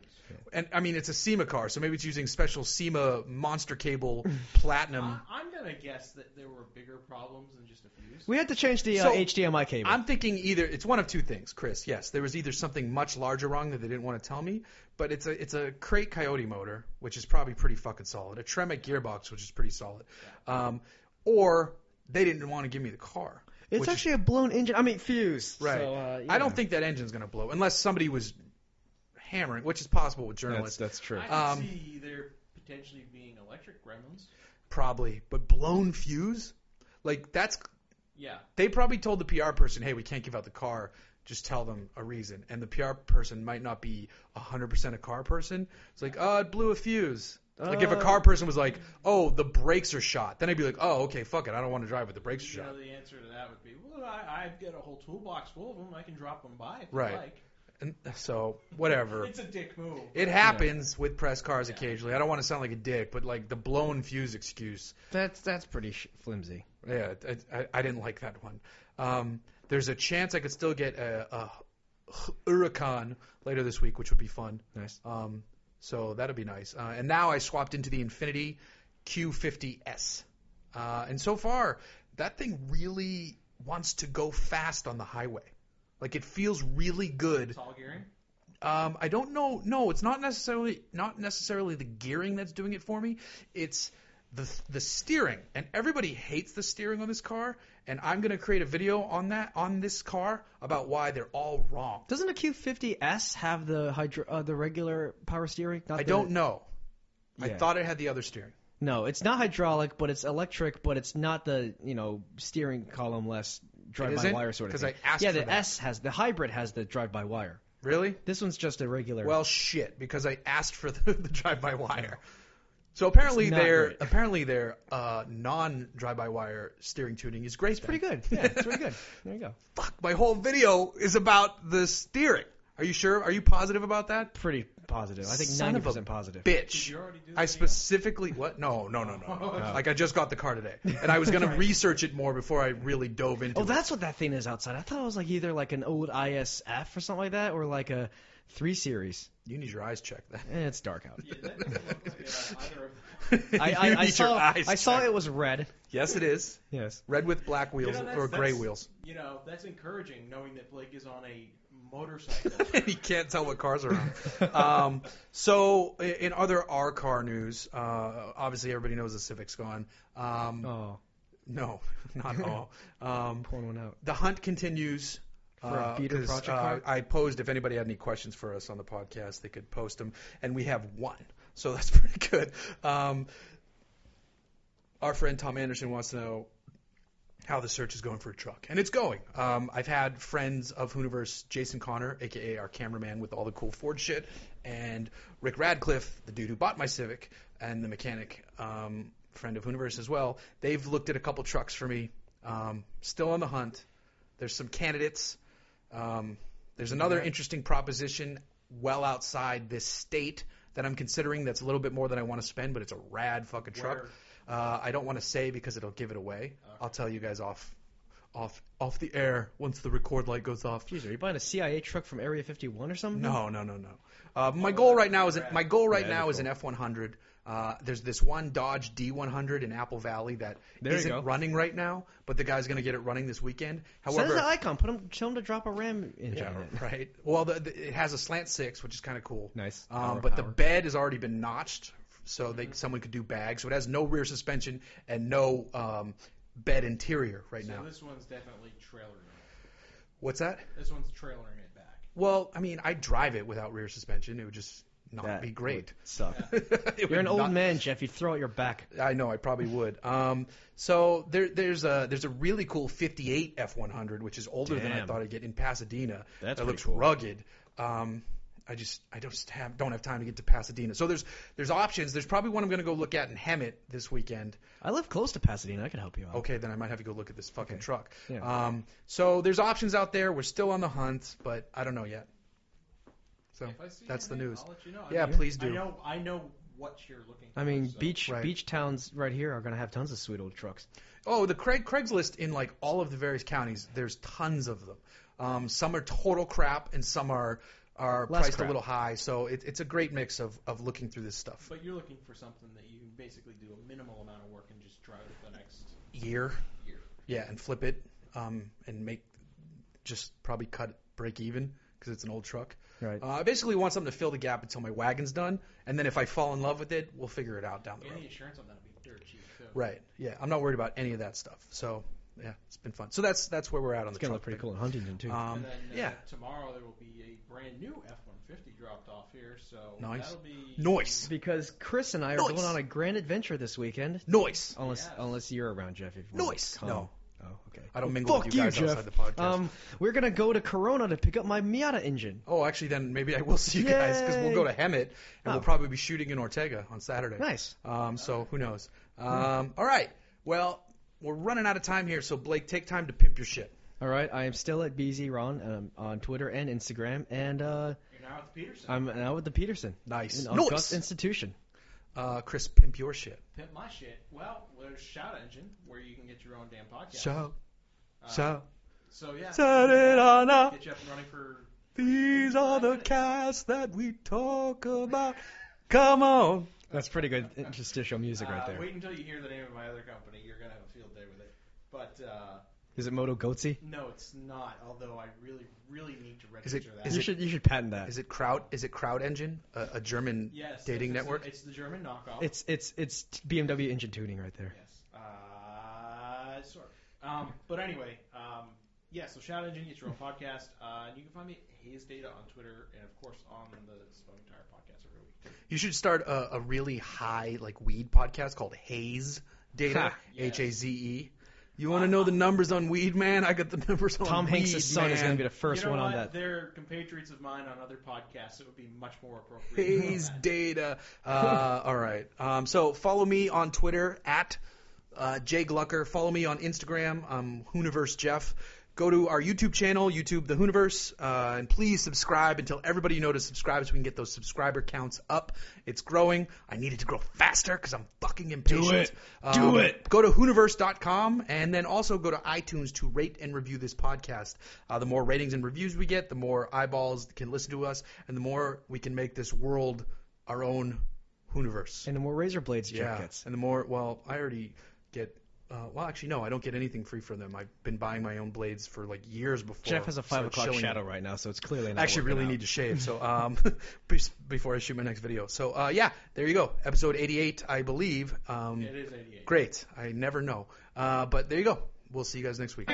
And I mean, it's a SEMA car, so maybe it's using special SEMA monster cable platinum.
I, I'm gonna guess that there were bigger problems than just a fuse.
We had to change the uh,
So,
HDMI cable.
I'm thinking either it's one of two things, Chris. Yes, there was either something much larger wrong that they didn't want to tell me, but it's a it's a crate coyote motor, which is probably pretty fucking solid. A Tremec gearbox, which is pretty solid, um, or they didn't want to give me the car.
it's
which is
actually a blown engine. I mean, fuse.
Right.
So, uh,
I
yeah.
don't think that engine's going to blow unless somebody was hammering, which is possible with
that's
journalists,
that's true.
I could
um,
see there potentially being electric gremlins.
probably. But blown fuse, like that's
Yeah.
they probably told the PR person, "Hey, we can't give out the car. Just tell them a reason." And the PR person might not be 100% a car person. It's like, "Oh, it blew a fuse." Like if a
Uh,
car person was like, "Oh, the brakes are shot," then I'd be like, "Oh, okay, fuck it, I don't want to drive with the brakes
You
shot."
know, the answer to that would be, well, I, I've got a whole toolbox full of them. I can drop them by if
Right.
you like.
And so whatever.
It's a dick move.
It happens with press cars
Yeah.
occasionally. I don't want to sound like a dick, but like the blown fuse excuse
That's that's pretty sh- flimsy.
Yeah, I, I, I didn't like that one. Um, there's a chance I could still get a, a Huracan later this week, which would be fun.
Nice.
Um, so that'd be nice. Uh, and now I swapped into the Infinity Q50S, uh, and so far that thing really wants to go fast on the highway. Like it feels really good.
Tall gearing.
Um, I don't know. No, it's not necessarily not necessarily the gearing that's doing it for me. It's the the steering, and everybody hates the steering on this car. And I'm gonna create a video on that on this car about why they're all wrong.
Doesn't a Q50S have the hydro uh, the regular power steering? Not
I
the-
don't know. I
Yeah.
thought it had the other steering.
No, it's not hydraulic, but it's electric, but it's not the you know steering column less drive by wire
isn't?
sort of
'Cause
thing.
I asked
yeah,
for
the
that.
S has the hybrid has the drive by wire.
Really?
This one's just a regular.
Well, shit, because I asked for the, the drive-by-wire. So apparently
It's not
their
great.
apparently their uh, non drive-by-wire steering tuning is great.
it's pretty good. Yeah, it's pretty good. There you go.
Fuck, my whole video is about the steering. Are you sure? Are you positive about that?
Pretty positive. I think
Son
ninety
of a
percent positive.
Did
Bitch.
you already do
I
the video?
specifically what? No, no, no, no. no.
Oh.
Like I just got the car today, and I was gonna research it more before I really dove into.
Oh,
it.
that's what that thing is outside. I thought it was like either like an old ISF or something like that, or like a three series.
you need your eyes checked. Then.
Eh, it's dark out.
Yeah, that doesn't look like it on either of them.
I, I,
You
I
need your
saw
eyes
I saw
checked.
it was red.
Yes, it is
Yes.
red with black wheels
that's-
or gray
that's-
wheels.
You know, that's encouraging knowing that Blake is on a motorcycle.
you can't tell what cars are on. Um, so, i- in other R car news, uh, obviously everybody knows the Civic's gone. Um,
Oh,
No, not all. Um,
pulling one out.
the hunt continues.
For a
uh,
feeder
'cause,
project
uh,
car?
I posed if anybody had any questions for us on the podcast, they could post them, and we have one, so that's pretty good. Um, our friend Tom Anderson wants to know how the search is going for a truck, and it's going. Um, I've had friends of Hooniverse, Jason Connor, aka our cameraman with all the cool Ford shit, and Rick Radcliffe, the dude who bought my Civic, and the mechanic um, friend of Hooniverse as well. They've looked at a couple trucks for me. Um, still on the hunt. There's some candidates. Um, there's another interesting proposition well outside this state that I'm considering. That's a little bit more than I want to spend, but it's a rad fucking truck.
Where?
Uh, I don't want to say because it'll give it away. I'll tell you guys off, off, off the air once the record light goes off.
Jeez, are you buying a CIA truck from Area 51 or something?
No, no, no, no. Uh, my goal right now is my goal right
Yeah,
now is
that's
an F100. Uh, there's this one Dodge D100 in Apple Valley that
There you go.
not running right now, but the guy's gonna get it running this weekend.
Send us
However,
the icon. Put him, tell him to drop a RAM engine.
yeah,
in it.
right. Well, the, the, it has a slant six, which is kind of cool.
Nice.
Um,
Power,
but the
power.
bed has already been notched, so they, someone could do bags. So it has no rear suspension and no um, bed interior right
so
now.
this one's definitely trailering it.
What's that?
This one's trailering it back.
Well, I mean, I drive it without rear suspension. It would just not
That
be great.
would Suck.
It would
You're an old
not-
man, Jeff. You'd throw out your back.
I know I probably would. Um, so there, there's a there's a really cool 58 F100 which is older than I
Damn.
thought I'd get in Pasadena.
That's
that
pretty
looks
cool.
rugged. Um, I just I just have don't have time to get to Pasadena. So there's there's options. There's probably one I'm going to go look at in Hemet this weekend.
I live close to Pasadena. I could help you out.
Okay, then I might have to go look at this fucking truck.
Yeah.
Um, so there's options out there. We're still on the hunt, but I don't know yet. So
If I see
that's the
anything,
news.
I'll let you know. I
Yeah,
mean,
please
I
do.
know, I know what you're looking for.
I mean,
so-
beach
Right.
beach towns right here are gonna have tons of sweet old trucks.
Oh, the Craig Craigslist in like all of the various counties. There's tons of them. Um, some are total crap, and some are are
Less
priced
crap.
a little high. So it, it's a great mix of of looking through this stuff.
But you're looking for something that you can basically do a minimal amount of work and just drive it the next
Year,
year.
yeah, and flip it, um, and make just probably cut break even because it's an old truck.
Right.
Uh, I basically want something to fill the gap until my wagon's done, and then if I fall in love with it, we'll figure it out down the
And the
road.
insurance on that would be dirt cheap, too.
Right. Yeah, I'm not worried about any of that stuff. So yeah, it's been fun. So that's that's where we're at on
It's
the
gonna
truck
look pretty
thing.
cool in Huntington too.
Um,
and then uh,
yeah.
tomorrow there will be a brand new F-150 dropped off here, so
Nice.
that'll be
Noise.
because Chris and I are
Nice.
going on a grand adventure this weekend.
Noise.
Unless
Yes.
unless you're around, Jeff. If you wanna
Noise.
come.
No.
Oh, okay.
I don't mingle
Fuck
with you guys
Jeff.
outside the podcast.
Um, we're gonna go to Corona to pick up my Miata engine.
oh, actually, then maybe I will see you guys because we'll go to Hemet and
Oh.
we'll probably be shooting in Ortega on Saturday.
Nice. Hmm.
Um, so who knows? Um, all right. Well, we're running out of time here, so Blake, take time to pimp your shit.
All right. I am still at BZ Ron um, on Twitter and Instagram, and uh,
You're now with Peterson.
I'm now with the Peterson.
Nice.
An
Nice.
august institution.
Uh, Chris, pimp your shit.
Pimp my shit. Well, there's Shout Engine where you can get your own damn podcast.
Shout,
Uh,
shout,
So yeah.
set it on up.
Get you up and running for.
These are the casts that we talk about. Come on.
That's pretty good interstitial music right
uh,
there. Is
Wait until you hear the name of my other company. You're gonna have a field day with it. But uh,
it Moto Goatse?
no, it's not. Although I really, really need to
Is
register
it-
that.
is
You
it-
should you should patent that.
Is it Kraut? Is it Kraut Engine? A, a German
yes,
dating
it's, it's
network?
The, it's the German knockoff.
It's it's it's BMW engine tuning right there.
yes. Uh, sort. of. Um, but anyway, um, yeah, so Shout Engine, it's your own podcast. Uh, and you can find me at Haze Data on Twitter and, of course, on the Smoking Tire podcast every week.
You should start a, a really high like weed podcast called Haze Data,
Ha.
H A Z E. You want to know the numbers on weed, man? I got the numbers on
Tom
weed,
Hanks' son
Oh, man.
is going to be the first
you know
one on
what?
that.
They're compatriots of mine on other podcasts. It would be much more appropriate. than
Haze
that.
Data. Uh, all right. Um, so follow me on Twitter at uh, Jay Glucker. Follow me on Instagram. I'm Hooniverse Jeff. Go to our YouTube channel, YouTube The Hooniverse, uh, and please subscribe until everybody you know to subscribe so we can get those subscriber counts up. It's growing. I need it to grow faster because I'm fucking impatient. Um,
it. Do it.
Go to Hooniverse.com and then also go to iTunes to rate and review this podcast. Uh, the more ratings and reviews we get, the more eyeballs can listen to us, and the more we can make this world our own Hooniverse.
And the more razor blades Jeff
yeah.
gets.
And the more, well, I already get. Uh, well, actually, no, I don't get anything free from them. I've been buying my own blades for like years before.
Jeff has a five
so it's
o'clock
showing
shadow right now, so it's clearly not
I actually
working
really
out.
need to shave. So um, be- before I shoot my next video. So uh, yeah, there you go. Episode 88, I believe. Um,
It is 88.
great. I never know. Uh, but there you go. We'll see you guys next week.